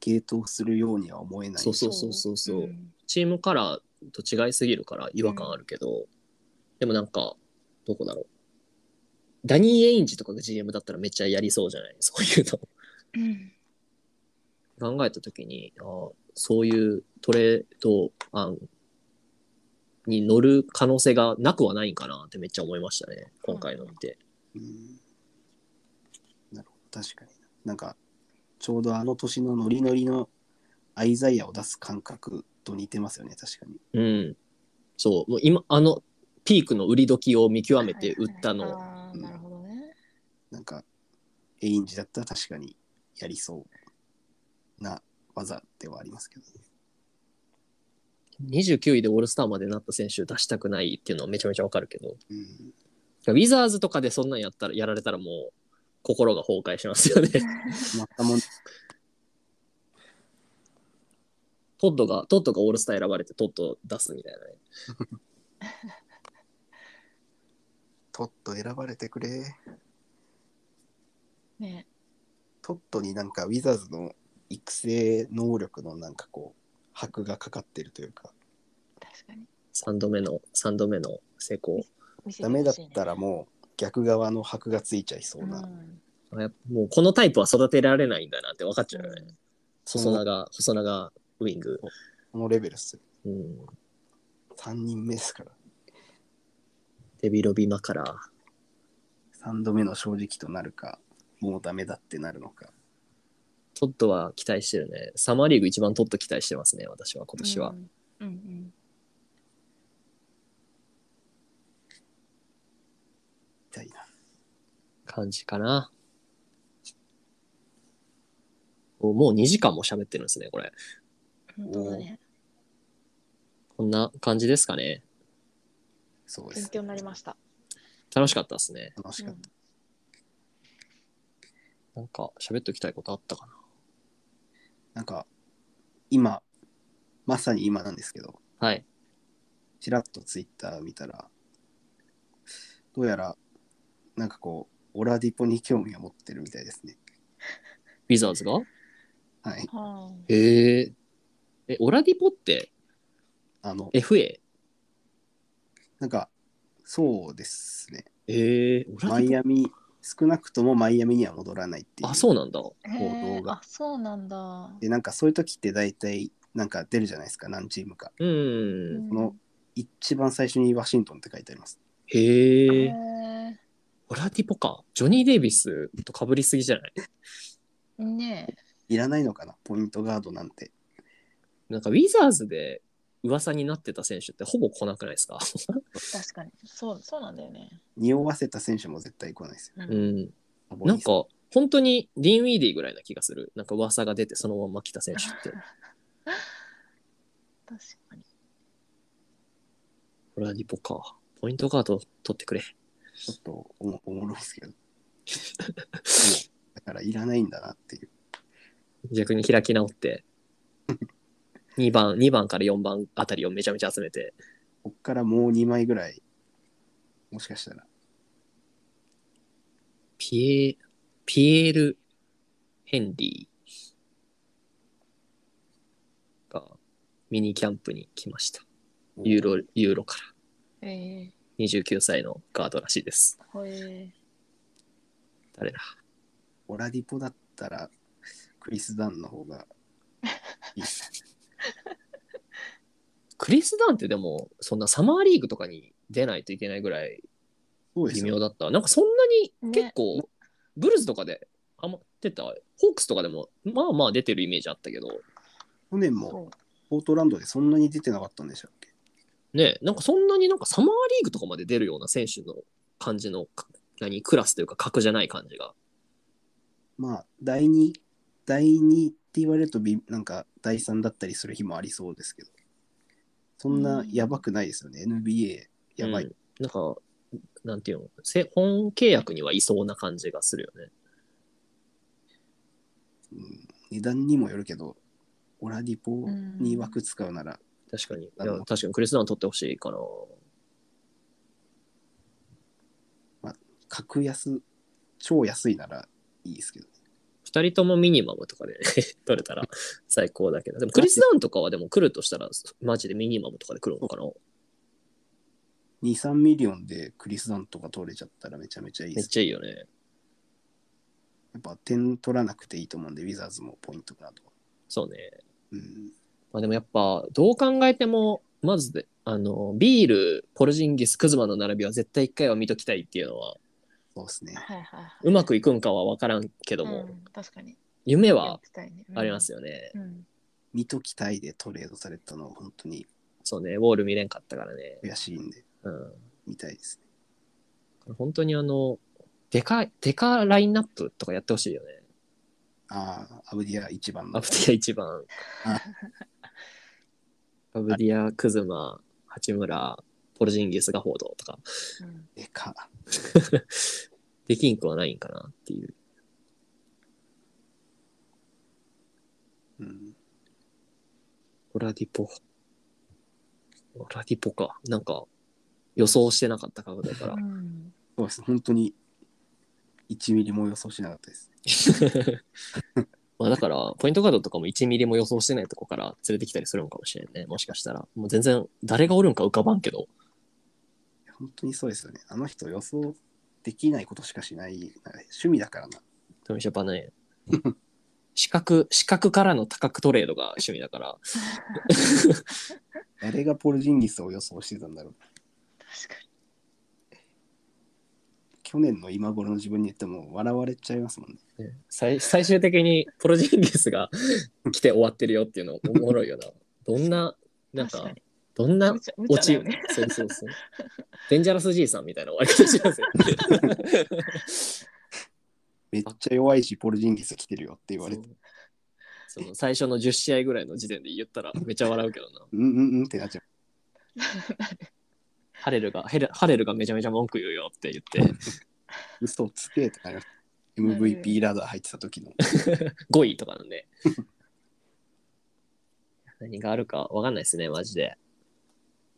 [SPEAKER 2] 系統するようには思えない。
[SPEAKER 1] そうそうそうそうそう。
[SPEAKER 3] ん
[SPEAKER 1] チームカラーと違いすぎるから違和感あるけど、でもなんか、どこだろう。ダニー・エインジとかが GM だったらめっちゃやりそうじゃないそういう
[SPEAKER 3] うん
[SPEAKER 1] の。考えたときにあー、そういうトレード案に乗る可能性がなくはないんかなってめっちゃ思いましたね。今回の見て。
[SPEAKER 2] うんなるほど、確かに。なんか、ちょうどあの年のノリノリのアイザイアを出す感覚と似てますよね、確かに。
[SPEAKER 1] うん。そう。もう今、あの、ピークの売り時を見極めて売った
[SPEAKER 3] はいはい
[SPEAKER 1] の。
[SPEAKER 3] はいあーなるほどね
[SPEAKER 2] なんか、エインジだったら確かにやりそうな技ではありますけど、ね、
[SPEAKER 1] 29位でオールスターまでなった選手出したくないっていうのはめちゃめちゃわかるけど。
[SPEAKER 2] うん。
[SPEAKER 1] ウィザーズとかでそんなんやったらやられたらもう心が崩壊しますよね。
[SPEAKER 2] またもん、
[SPEAKER 1] トッドが、トッドがオールスター選ばれてトッド出すみたいなね。
[SPEAKER 2] トット選ばれてくれ。
[SPEAKER 3] ね
[SPEAKER 2] トットになんかウィザーズの育成能力のなんかこう、箔がかかってるというか、
[SPEAKER 3] 確かに
[SPEAKER 1] 3度目の、三度目の成功。
[SPEAKER 3] 見せて
[SPEAKER 2] ダ
[SPEAKER 3] ほしい
[SPEAKER 2] メ
[SPEAKER 3] ね
[SPEAKER 2] だったらもう逆側の箔がついちゃいそうな、
[SPEAKER 3] うん
[SPEAKER 1] あやっぱもうこのタイプは育てられないんだなって分かっちゃうよね。
[SPEAKER 2] そ
[SPEAKER 1] 細
[SPEAKER 2] の
[SPEAKER 1] 長、細長ウィング。
[SPEAKER 2] このレベルっすよ。
[SPEAKER 1] うん。
[SPEAKER 2] 3人目ですから。
[SPEAKER 1] デビロビマから。
[SPEAKER 2] 3度目の正直となるか、もうダメだってなるのか。
[SPEAKER 1] トッドは期待してるね。サマーリーグ一番トッド期待してますね、私は今年は。
[SPEAKER 3] うんうん
[SPEAKER 2] みたいな。
[SPEAKER 1] 感じかな。おもう2時間も喋ってるんですね、これ。
[SPEAKER 3] うん本当だね
[SPEAKER 1] こんな感じですかね。
[SPEAKER 2] そうで
[SPEAKER 3] 勉
[SPEAKER 2] す。
[SPEAKER 3] 強になりました
[SPEAKER 1] 楽しかったですね。
[SPEAKER 2] 楽しかっ
[SPEAKER 3] うん
[SPEAKER 1] なんか喋っときたいことあったかな。
[SPEAKER 2] た。なんか、今、まさに今なんですけど、
[SPEAKER 1] はい。
[SPEAKER 2] ちらっとツイッター見たら、どうやら、なんかこう、オラディポに興味を持ってるみたいですね。
[SPEAKER 1] ウィザーズが
[SPEAKER 2] はい。
[SPEAKER 3] はあ
[SPEAKER 1] へえ。え、オラディポって
[SPEAKER 2] あの、
[SPEAKER 1] FA?
[SPEAKER 2] なんか、そうですね。
[SPEAKER 1] ええオラ
[SPEAKER 2] マ
[SPEAKER 1] デ
[SPEAKER 2] イ
[SPEAKER 1] ィ
[SPEAKER 2] アミ、少なくともマイアミには戻らないってい
[SPEAKER 1] ポ
[SPEAKER 2] う。
[SPEAKER 1] あ、そうなんだ。
[SPEAKER 3] へえ
[SPEAKER 2] 動画
[SPEAKER 3] あそうなんだ
[SPEAKER 2] で、なんかそういう時って大体、なんか出るじゃないですか、何チームか。
[SPEAKER 1] う。
[SPEAKER 3] うんん
[SPEAKER 2] この一番最初にワシントンって書いてあります。
[SPEAKER 1] へ
[SPEAKER 3] へ
[SPEAKER 1] え。
[SPEAKER 3] え
[SPEAKER 1] オラディポか。ジョニー・デイビスと被りすぎじゃない
[SPEAKER 3] ね
[SPEAKER 2] いらないのかな、ポイントガードなんて。
[SPEAKER 1] なんかウィザーズで噂になってた選手ってほぼ来なくないですか
[SPEAKER 3] 確かにそうそうなんだよね、
[SPEAKER 2] 匂わせた選手も絶対来ないですよ。
[SPEAKER 3] うん
[SPEAKER 1] うん。
[SPEAKER 2] サボニ
[SPEAKER 1] な
[SPEAKER 2] ス
[SPEAKER 1] んか、本当にディン・ウィーディーぐらいな気がする。なんか噂が出てそのまま来た選手って。
[SPEAKER 3] 確かに
[SPEAKER 1] オラディポか。ポイントカード取ってくれ。
[SPEAKER 2] ちょっとおもおもろいですけど。もうだからいらないんだなっていう。
[SPEAKER 1] 逆に開き直って。2番、2番から4番あたりをめちゃめちゃ集めて。
[SPEAKER 2] こっからもう2枚ぐらい、もしかしたら、
[SPEAKER 1] ピエ、ピエール・ヘンリーがミニキャンプに来ました。ユーロ、ユーロから。
[SPEAKER 3] え
[SPEAKER 1] 29歳のガードらしいです。
[SPEAKER 3] ー、ほえ
[SPEAKER 1] 誰だ
[SPEAKER 2] オラディポだったら、クリス・ダンの方がいい。
[SPEAKER 1] クリス・ダンってでも、そんなサマーリーグとかに出ないといけないぐらい
[SPEAKER 2] そうで
[SPEAKER 1] 微
[SPEAKER 2] すよ。
[SPEAKER 1] 妙だった。なんかそんなに
[SPEAKER 3] ね
[SPEAKER 1] 結構、ブルーズとかでハマってた、ホークスとかでも、まあまあ出てるイメージあったけど、
[SPEAKER 2] 去年
[SPEAKER 3] ー、
[SPEAKER 2] も
[SPEAKER 3] そう
[SPEAKER 2] ポートランドでそんなに出てなかったんでしたっけ
[SPEAKER 1] ね、なんかそんなになんかサマーリーグとかまで出るような選手の感じの、か何、クラスというか格じゃない感じが。
[SPEAKER 2] まあ、第2、第2って言われるとび、なんか第3だったりする日もありそうですけど、そんなやばくないですよね。NBA、やばい。
[SPEAKER 1] うんなんか、なんていうの、せ本契約にはいそうな感じがするよね。
[SPEAKER 2] うん値段にもよるけど、オラディポに枠使うなら、
[SPEAKER 1] 確かに。い
[SPEAKER 2] あ
[SPEAKER 1] や
[SPEAKER 2] の
[SPEAKER 1] 確かにクリス・ダン取ってほしいかな。
[SPEAKER 2] 格安、超安いならいいですけど、
[SPEAKER 1] 2人ともミニマムとかで 取れたら最高だけど。でもクリス・ダンとかはでも来るとしたら、マジでミニマムとかで来るのかな。
[SPEAKER 2] 2、3ミリオンでクリス・ダンとか取れちゃったらめちゃめちゃいいで
[SPEAKER 1] めっ
[SPEAKER 2] す。
[SPEAKER 1] ちゃいいよね。
[SPEAKER 2] やっぱ点取らなくていいと思うんで、ウィザーズもポイントなと。
[SPEAKER 1] そうね。
[SPEAKER 2] うん。
[SPEAKER 1] まあ、でもやっぱ、どう考えても、まずで、あの、ビール、ポルジンギス、クズマの並びは絶対一回は見ときたいっていうのは、
[SPEAKER 2] そうですね。
[SPEAKER 3] はいはいはいう
[SPEAKER 1] まくいくんかは分からんけども、
[SPEAKER 3] うん、確かに
[SPEAKER 1] 夢
[SPEAKER 3] やっ
[SPEAKER 1] は
[SPEAKER 3] てたいね
[SPEAKER 1] あります
[SPEAKER 3] よ、
[SPEAKER 1] よね。
[SPEAKER 3] うん
[SPEAKER 2] 見ときたいでトレードされたのは本当に
[SPEAKER 1] そうね、ウォール見れんかったからね。
[SPEAKER 2] 悔しいんで、
[SPEAKER 1] うん。
[SPEAKER 2] 見たいですね。
[SPEAKER 1] 本当にあの、でかい、でかラインナップとかやってほしいよね。
[SPEAKER 2] ああ、アブディア1番
[SPEAKER 1] ア
[SPEAKER 2] の
[SPEAKER 1] ブディア1番
[SPEAKER 2] あ。
[SPEAKER 1] アブディア、クズマ、八村、ポルジンギス、ガフォードとか、
[SPEAKER 3] うん
[SPEAKER 2] でか。
[SPEAKER 1] できんくはないんかなっていう。
[SPEAKER 2] うん。
[SPEAKER 1] オラディポ。オラディポか。なんか、予想してなかった角度だ から
[SPEAKER 3] う。ん
[SPEAKER 2] そうです。本当に1ミリも予想しなかったです。
[SPEAKER 1] まあだから、ポイントカードとかも1ミリも予想してないとこから連れてきたりするのかもしれんね。もしかしたら。もう全然、誰がおるんか浮かばんけど。
[SPEAKER 2] 本当にそうですよね。あの人予想できないことしかしない。なんか趣味だからな。
[SPEAKER 1] 富シャパね。視覚、視覚からの多角トレードが趣味だから。
[SPEAKER 2] 誰がポルジンギスを予想してたんだろう。
[SPEAKER 3] 確かに
[SPEAKER 2] 去年の今頃の自分に言っても笑われちゃいますもんね。
[SPEAKER 1] ね最最終的にポロジンギスが来て終わってるよっていうのおもろいよな。どんな、なん
[SPEAKER 3] 確
[SPEAKER 1] か
[SPEAKER 3] かに、
[SPEAKER 1] どんな
[SPEAKER 3] 無茶無
[SPEAKER 1] 落
[SPEAKER 3] 茶
[SPEAKER 1] ち
[SPEAKER 3] だよ
[SPEAKER 1] よ
[SPEAKER 3] ね
[SPEAKER 1] ね。そうそうそう。デンジャラス爺さんみたいな終わり方しますよ。
[SPEAKER 2] めっちゃ弱いし、ポルジンギス来てるよって 言われて、
[SPEAKER 1] そうその最初の10試合ぐらいの時点で言ったらめっちゃ笑うけどな。
[SPEAKER 2] うんうんうんってなっちゃう。
[SPEAKER 1] ハレルが、ヘレハレルがめちゃめちゃ文句言うよって言って、
[SPEAKER 2] 嘘をつけってなります。MVP ラダー入ってた時の。
[SPEAKER 1] 5位とかなんで。何があるかわかんないですね、マジで。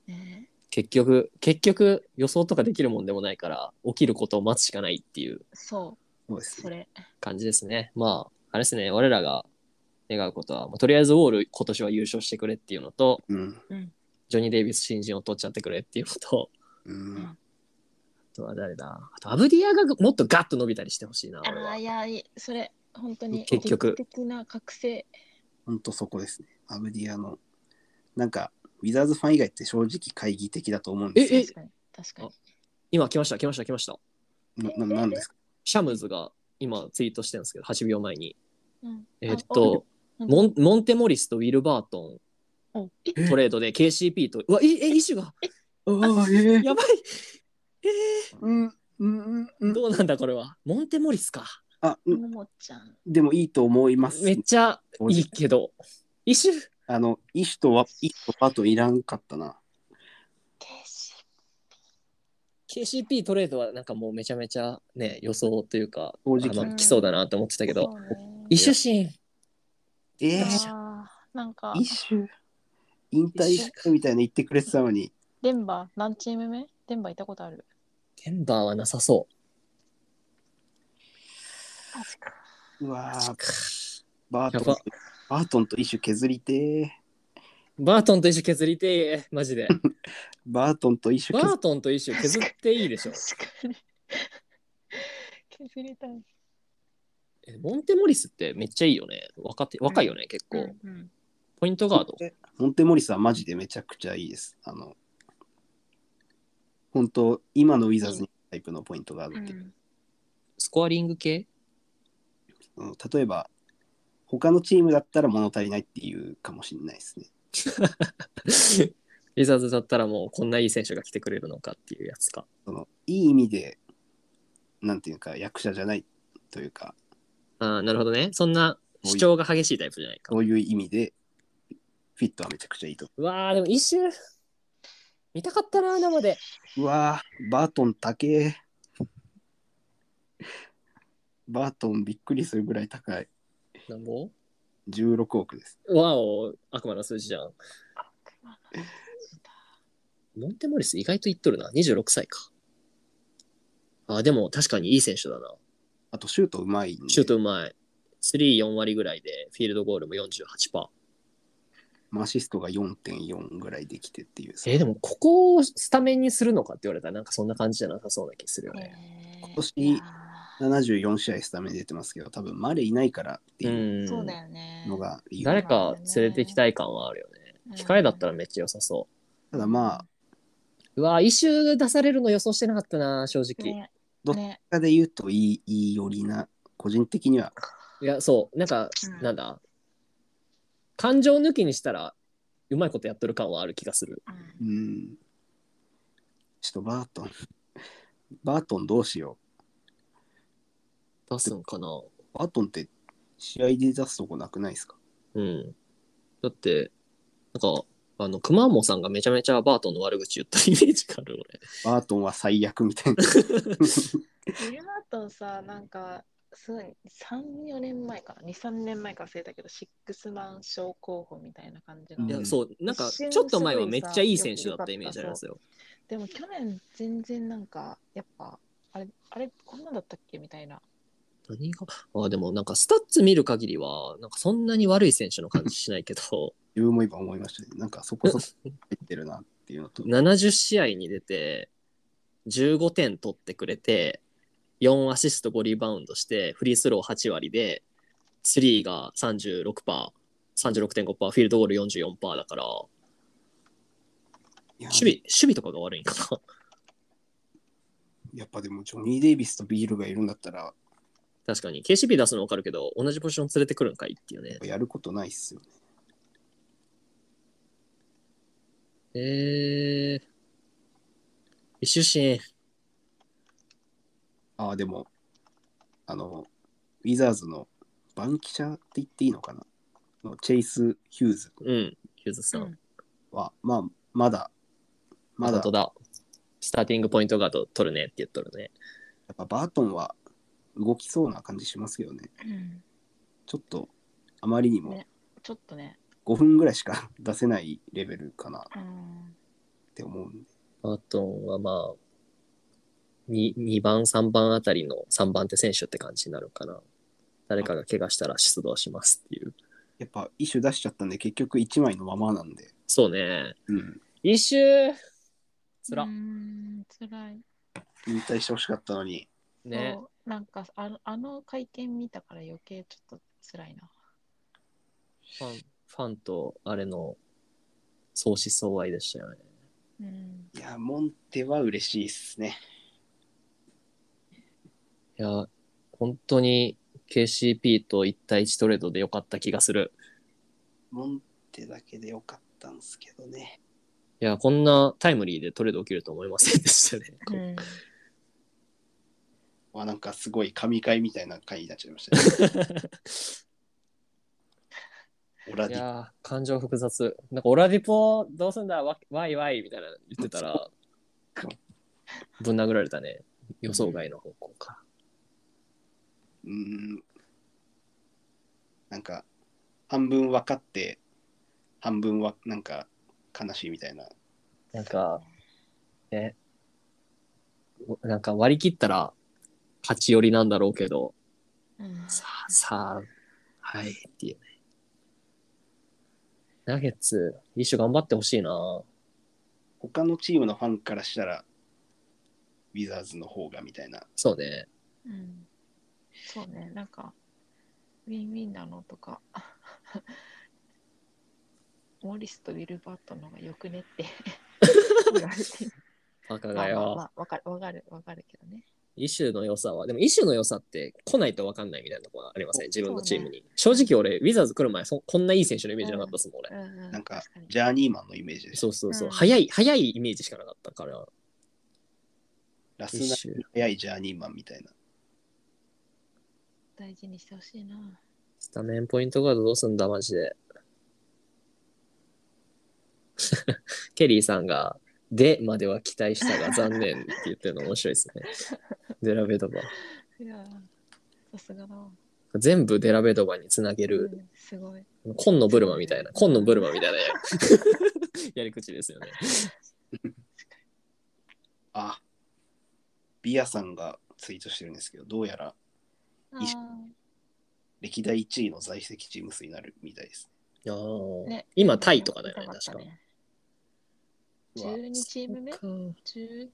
[SPEAKER 3] ね
[SPEAKER 1] 結局、結局予想とかできるもんでもないから、起きることを待つしかないっていう
[SPEAKER 3] そ
[SPEAKER 2] そうで
[SPEAKER 3] う
[SPEAKER 2] す
[SPEAKER 3] そ
[SPEAKER 2] ね。
[SPEAKER 3] れ
[SPEAKER 1] 感じですね。まあ、あれですね、我らが願うことは、まあとりあえずウォール今年は優勝してくれっていうのと、
[SPEAKER 2] うん。
[SPEAKER 1] ジョニー・デイビス新人を取っちゃってくれっていうのと、
[SPEAKER 2] うん。
[SPEAKER 1] あとは誰だあとアブディアがもっとガッと伸びたりしてほしいな、
[SPEAKER 3] あ
[SPEAKER 1] 俺は
[SPEAKER 3] あい。やいいそれ本当に
[SPEAKER 1] 結局
[SPEAKER 3] 劇的な覚醒
[SPEAKER 2] ほんとそこですね。アブディアの。なんか、ウィザーズファン以外って正直懐疑的だと思うんです
[SPEAKER 1] え
[SPEAKER 3] 確かに確かに
[SPEAKER 1] 今来ました、来ました、来ました。
[SPEAKER 2] よ。なななんですか
[SPEAKER 1] シャムズが今ツイートしてるんですけど、8秒前に。
[SPEAKER 3] うん
[SPEAKER 1] えーっ
[SPEAKER 3] あお
[SPEAKER 1] とモン、モンテモリスとウィルバートン、
[SPEAKER 3] うん
[SPEAKER 1] トレードで KCP と、うわ、いえ、イシュが、
[SPEAKER 2] ああ、ええ
[SPEAKER 1] やばい、
[SPEAKER 2] うん、うん、うん。
[SPEAKER 1] どうなんだこれは。モンテモリスか。
[SPEAKER 2] あ、うん
[SPEAKER 3] ももちゃん。
[SPEAKER 2] でもいいと思います。
[SPEAKER 1] めっちゃいいけど、イシュ、
[SPEAKER 2] あの、イシとワ、イシとパといらんかったな。
[SPEAKER 3] KC
[SPEAKER 1] KCP トレードはなんかもうめちゃめちゃね、予想というか、
[SPEAKER 2] 正直
[SPEAKER 1] あの来そうだなと思ってたけど、
[SPEAKER 3] そうね
[SPEAKER 1] イシュシーン、
[SPEAKER 2] ええ
[SPEAKER 3] あーなんか
[SPEAKER 2] イシュ引退したみたいな言ってくれてたのに。
[SPEAKER 3] デンバー何チーム目デンバーいたことある
[SPEAKER 1] テンバーはなさそう。
[SPEAKER 3] 確か
[SPEAKER 2] うわー
[SPEAKER 1] か
[SPEAKER 2] バー
[SPEAKER 1] や
[SPEAKER 2] トン
[SPEAKER 1] ば、
[SPEAKER 2] バートンとイシュ削りてー。
[SPEAKER 1] バートンとイシュ削りてえ、マジ で。
[SPEAKER 2] バートンとイシュ
[SPEAKER 1] バ
[SPEAKER 2] 削
[SPEAKER 1] ートンとイシュ削っていいでしょ。
[SPEAKER 3] 確かに削りた い
[SPEAKER 1] えモンテモリスってめっちゃいいよね。若手若いよね、結構。
[SPEAKER 3] うんうん
[SPEAKER 1] ポイントガード。
[SPEAKER 2] り。モンテモリスはマジでめちゃくちゃいいです。あの、本当今のウィザーズにタイプのポイントガードって、
[SPEAKER 1] スコアリング系
[SPEAKER 2] うん例えば、他のチームだったら物足りないっていうかもしれないですね。
[SPEAKER 1] ウィザーズだったらもうこんないい選手が来てくれるのかっていうやつか。
[SPEAKER 2] そのいい意味で、なんていうか、役者じゃないというか、
[SPEAKER 1] ああ、なるほどね。そんな主張が激しいタイプじゃないか
[SPEAKER 2] そ。ういう意味で、フィットはめちゃくちゃいいと思
[SPEAKER 1] うわー、でもイシュ見たかったな、生で。
[SPEAKER 2] う。うわー、バートン高え。バートンびっくりするぐらい高い。
[SPEAKER 1] なんぼ
[SPEAKER 2] 16億です。
[SPEAKER 1] わお、悪魔の数字じゃん。モンテモリス意外といっとるな。26歳か。あーでも確かにいい選手だな。
[SPEAKER 2] あとシュートうまいんで
[SPEAKER 1] シュートうまい。スリー4割ぐらいで、フィールドゴールも48%。
[SPEAKER 2] アシストが4.4ぐらいできてっていうさ
[SPEAKER 1] えーでもここをスタメンにするのかって言われたら、なんかそんな感じじゃなさそうな気するよね。
[SPEAKER 3] 今
[SPEAKER 2] 今年74試合スタメン出てますけど多分マレいないからって
[SPEAKER 1] う。
[SPEAKER 2] いうん
[SPEAKER 3] そうだよね
[SPEAKER 2] のが理由、
[SPEAKER 1] 誰か連れてきたい感はあるよね。控えだった
[SPEAKER 3] ら
[SPEAKER 1] らめっちゃ良さそ
[SPEAKER 2] ただまあ
[SPEAKER 1] う。うわ、一周出されるの予想してなかったな、正直。
[SPEAKER 3] ね
[SPEAKER 2] どっ
[SPEAKER 3] ね
[SPEAKER 2] 他で言うといいいいよりな個人的にはい
[SPEAKER 1] や、そう、なんか、
[SPEAKER 3] うん
[SPEAKER 1] なんだ、感情抜きにしたら、うまいことやってる感はある気がする。
[SPEAKER 3] うん
[SPEAKER 2] うんちょっとバートンバートンどうしよ
[SPEAKER 1] 出すんかな。
[SPEAKER 2] うバートンって試合で出すとこなくないですか
[SPEAKER 1] うん。だって、なんか、あの、熊本さんがめちゃめちゃバートンの悪口言った イメージがある、俺。
[SPEAKER 2] バートンは最悪みたいな
[SPEAKER 3] ウィルマートンさなんかすごい34年前かな23年前か忘れたけどシックスマン賞候補みたいな感じの、
[SPEAKER 1] い
[SPEAKER 2] うん
[SPEAKER 1] や、そう、なんか、ちょっと前はめっちゃいい選手だったイメージありますよ。
[SPEAKER 3] でも去年全然なんかやっぱあれあれこんなんだったっけみたいな
[SPEAKER 1] 何があでもなんかスタッツ見る限りはなんかそんなに悪い選手の感じしないけど
[SPEAKER 2] 自分も今思いましたねなんかそこそこ入ってるなっていうの と
[SPEAKER 1] 70試合に出て15点取ってくれて4アシスト5リバウンドしてフリースロー8割でスリーが 36%36.5% フィールドゴール44%だから
[SPEAKER 2] いや
[SPEAKER 1] 守備守備とかが悪いんかな
[SPEAKER 2] やっぱでもジョニー・デイビスとビールがいるんだったら
[SPEAKER 1] 確かに KCB 出すの分かるけど同じポジション連れてくるんかいっていうね
[SPEAKER 2] やることないっすよね。
[SPEAKER 1] えー、一周シーン
[SPEAKER 2] ああ、でも、あの、ウィザーズのバンキシャって言っていいのかなのチェイス・ヒューズ
[SPEAKER 1] うんヒューズさん、
[SPEAKER 3] うん
[SPEAKER 2] は、まあ、まだ、
[SPEAKER 1] ま
[SPEAKER 2] まだ、
[SPEAKER 1] だ
[SPEAKER 2] や
[SPEAKER 1] とだ。スターティングポイントガード取るねって言っとるね。
[SPEAKER 2] っぱバートンは動きそうな感じしますけどね。ちょっと、あまりにも
[SPEAKER 3] ねちょっとね
[SPEAKER 2] 5分ぐらいしか 出せないレベルかなっ
[SPEAKER 3] うん
[SPEAKER 2] て思うんで。
[SPEAKER 1] バートンはまあ、2, 2番、3番あたりの3番手選手って感じになるかな。誰かが怪我したら出動しますっていう。
[SPEAKER 2] やっぱ、イシュ出しちゃったんで、結局1枚のままなんで。
[SPEAKER 1] そうね。
[SPEAKER 2] うん。
[SPEAKER 1] 一周つら
[SPEAKER 3] う。んつらい
[SPEAKER 2] 引退してほしかったのに。
[SPEAKER 1] ね。
[SPEAKER 3] そうなんかあのあの会見見たから余計ちょっとつらいな
[SPEAKER 1] ファン、ファンとあれの相思相愛でしたよね。
[SPEAKER 3] うん
[SPEAKER 2] いや、モンテは嬉しいっすね。
[SPEAKER 1] いや、本当に KCP と1対1トレードでよかった気がする。
[SPEAKER 2] モンテだけでよかっったんですけどね。
[SPEAKER 1] いや、こんなタイムリーでトレード起きると思いませんでしたね。
[SPEAKER 3] うん
[SPEAKER 2] まあなんかすごい神回みたいな回になっちゃいましたね。オラ
[SPEAKER 1] い
[SPEAKER 2] ディ
[SPEAKER 1] やー、感情複雑。なんか、オラディポどうすんだわわいわいみたいなの言ってたら、ぶん殴られたね。予想外の方向か。
[SPEAKER 2] うーんなんか半分分かって半分はなんか悲しいみたいな。
[SPEAKER 1] なんか、ね、おなんか割り切ったら、勝ち寄りなんだろうけど、
[SPEAKER 3] うん
[SPEAKER 1] さあ、さあ、はい、っていうね。ナゲッツ、一緒頑張ってほしいな。
[SPEAKER 2] 他のチームのファンからしたらウィザーズの方がみたいな。
[SPEAKER 1] そうね。
[SPEAKER 3] うんそうね、なんか、ウィンウィンなのとか、 モリスとウィルバートの方がよくねって 言われてる。
[SPEAKER 1] バカ
[SPEAKER 3] ま
[SPEAKER 1] が
[SPEAKER 3] あまあ
[SPEAKER 1] よ。
[SPEAKER 3] まあわかる、わかる、わかるけどね。
[SPEAKER 1] イシューの良さは、でもイシューの良さって来ないと分かんないみたいなところありません、自分のチームに。正直俺、ウィザーズ来る前そ、こんないい選手のイメージなかったですもん、俺。
[SPEAKER 3] うんうん、
[SPEAKER 2] なんか
[SPEAKER 3] 確に
[SPEAKER 2] ジャーニーマンのイメージです。
[SPEAKER 1] そうそうそう、
[SPEAKER 3] うん
[SPEAKER 1] 早い、早いイメージしかなかったから。
[SPEAKER 2] ラス
[SPEAKER 1] イシュ
[SPEAKER 2] ナ
[SPEAKER 1] ー
[SPEAKER 2] に早いジャーニーマンみたいな。
[SPEAKER 3] 大事にしてほしいな。
[SPEAKER 1] スタメンポイントガードどうすんだ、マジで。 ケリーさんが、でまでは期待したが残念って言ってるの面白いですね。デラベドバ。
[SPEAKER 3] いやーさすがだわ。
[SPEAKER 1] 全部デラベドバにつなげ
[SPEAKER 3] う
[SPEAKER 1] る、
[SPEAKER 3] ん、すごい。
[SPEAKER 1] 紺のブルマみたいな、紺のブルマみたいなや やり口ですよね。
[SPEAKER 2] あビアさんがツイートしてるんですけどどうやら
[SPEAKER 3] あ
[SPEAKER 2] いし歴代1位の在籍チーム数になるみたいです。
[SPEAKER 1] あー
[SPEAKER 3] ーね
[SPEAKER 1] 今、タイとかだよね、
[SPEAKER 3] 見た
[SPEAKER 1] 確か。
[SPEAKER 3] ったね
[SPEAKER 2] うわ
[SPEAKER 3] 12チーム目
[SPEAKER 1] そっか
[SPEAKER 3] ?10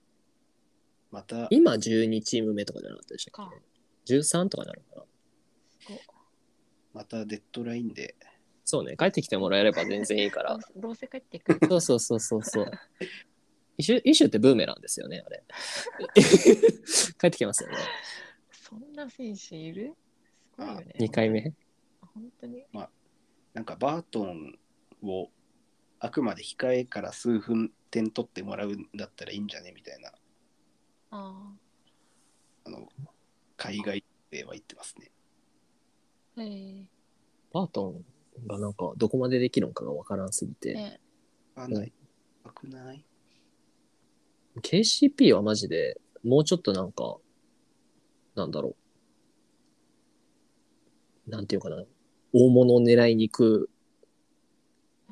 [SPEAKER 2] また
[SPEAKER 1] 今、12チーム目とかじゃなかったでしたっ
[SPEAKER 3] か。
[SPEAKER 1] け ?13 とかなるのかな
[SPEAKER 2] またデッドラインで
[SPEAKER 1] そうね、帰ってきてもらえれば全然いいから
[SPEAKER 3] あ。どうせ帰っていく。
[SPEAKER 1] そうそうそうそうそう。イシュイシュってブーメランですよね、あれ。 帰ってきますよね。
[SPEAKER 3] そんな選手いるすごいよね。
[SPEAKER 1] 2回目。
[SPEAKER 3] 本当に。
[SPEAKER 2] なんかバートンをあくまで控えから数分点取ってもらうんだったらいいんじゃねみたいな
[SPEAKER 3] あ
[SPEAKER 2] あの海外では言ってますね。
[SPEAKER 3] あ、へ
[SPEAKER 1] バートンがなんかどこまでできるのかがわからんすぎ
[SPEAKER 3] え。
[SPEAKER 1] て。
[SPEAKER 3] ね、
[SPEAKER 2] あない。あくない。
[SPEAKER 1] KCP はマジでもうちょっとなんか、なんだろう。なんていうかな。大物を狙いに行く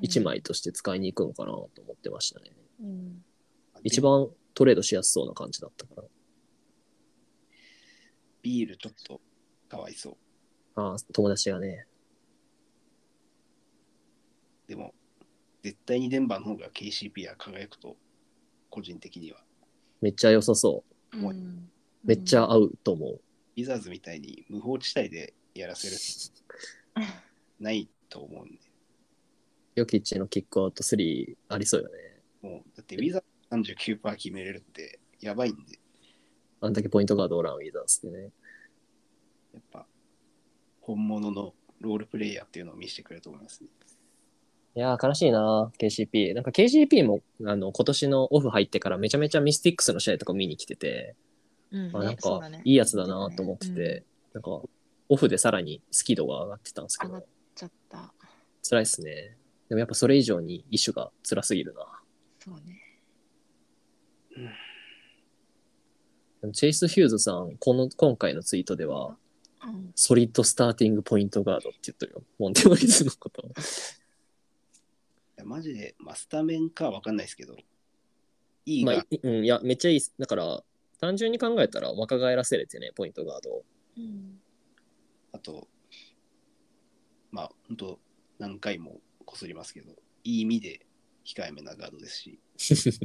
[SPEAKER 1] 1枚として使いに行くのかなと思ってましたね。
[SPEAKER 3] うん。
[SPEAKER 1] 一番トレードしやすそうな感じだったから。
[SPEAKER 2] ビールちょっとかわいそう。
[SPEAKER 1] ああ、友達がね。
[SPEAKER 2] でも絶対にデンバーの方が KCP は輝くと個人的には。
[SPEAKER 1] めっちゃ良さそう。
[SPEAKER 2] もう
[SPEAKER 3] うん
[SPEAKER 1] めっちゃ合うと思う。
[SPEAKER 2] ウィザーズみたいに無法地帯でやらせるないと思うんで。
[SPEAKER 1] ヨキッチのキックアウト3ありそうよね。
[SPEAKER 2] もうだってウィザーズ39%決めれるってやばいんで。
[SPEAKER 1] あんだけポイントガードおらんウィザーズでね。
[SPEAKER 2] やっぱ本物のロールプレイヤーっていうのを見せてくれると思いますね。
[SPEAKER 1] いやー悲しいな KCP。なんか KCP もあの今年のオフ入ってからめちゃめちゃミスティックスの試合とか見に来てて、
[SPEAKER 3] うん。
[SPEAKER 1] あなん
[SPEAKER 3] ねそう
[SPEAKER 1] か
[SPEAKER 3] だね
[SPEAKER 1] いいやつだなと思ってて、
[SPEAKER 3] うん
[SPEAKER 1] なんかオフでさらにスキー度が上がってたんですけ
[SPEAKER 3] 上が
[SPEAKER 1] ど
[SPEAKER 3] っ、ちゃった。
[SPEAKER 1] 辛いっすね。でもやっぱそれ以上に一種が辛すぎるな。
[SPEAKER 3] そうね。
[SPEAKER 1] でもチェイス・ヒューズさん、この今回のツイートでは、
[SPEAKER 3] うん。
[SPEAKER 1] ソリッドスターティングポイントガードって言ってるよ。モンテノリズのことを。
[SPEAKER 2] いやマジで、まあ、スタメンかわかんないですけど、いい
[SPEAKER 1] ま
[SPEAKER 2] が、
[SPEAKER 1] あ、いうん、いや、めっちゃいいっす。だから、単純に考えたら若返らせれてね、ポイントガード を。
[SPEAKER 3] うん。
[SPEAKER 2] あと、まあ、本当何回もこすりますけど、いい意味で控えめなガードですし、
[SPEAKER 3] う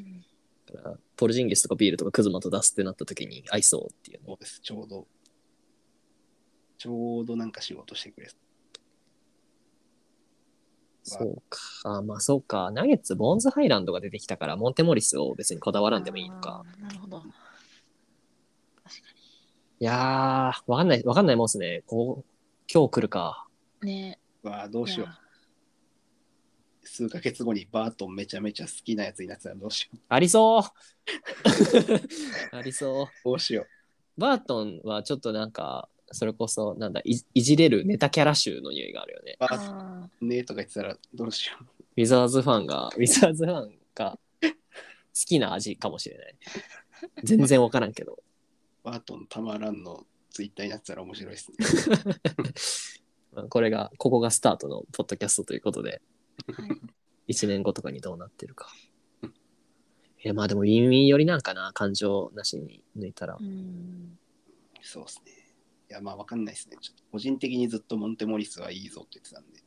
[SPEAKER 3] ん
[SPEAKER 1] だからポルジンギスとかビールとかクズマと出すってなった時に合いそうっていうね。
[SPEAKER 2] そうです、ちょうど、ちょうどなんか仕事してくれそう。
[SPEAKER 1] そうか。あまあそうか。ナゲッツ、ボーンズハイランドが出てきたから、モンテモリスを別にこだわらんでもいいのか。
[SPEAKER 3] あー。なるほど。確か
[SPEAKER 1] いやー、わかんない、わかんないもんっすね。こう、今日来るか。
[SPEAKER 3] に。ね
[SPEAKER 2] わあ、どうしよ
[SPEAKER 3] いや
[SPEAKER 2] う。数ヶ月後にバートンめちゃめちゃ好きなやつになってたらどうしよ
[SPEAKER 1] あり そうありそう
[SPEAKER 2] う。どうしよ
[SPEAKER 1] バートンはちょっとなんか、それこそ、なんだい、いじれるネタキャラ集の匂いがあるよね。
[SPEAKER 2] う。バート
[SPEAKER 3] あ
[SPEAKER 2] ンねとか言ってたらどうしよう。
[SPEAKER 1] ウィザーズファンが、ウィザーズファンが好きな味かもしれない。全然わからんけど。
[SPEAKER 2] バートンたまらんのツイッターになってたら面白いですね。
[SPEAKER 1] まあこれが、ここがスタートのポッドキャストということで、
[SPEAKER 3] ーはい
[SPEAKER 1] 1年後とかにどうなってるか。えまあでも、ウィンウィンよりなんかな、感情なしに抜いたら
[SPEAKER 3] う。ん
[SPEAKER 2] そうですね。いや、まあわかんないですね。ちょっと個人的にずっとモンテモリスはいいぞって言ってたんで。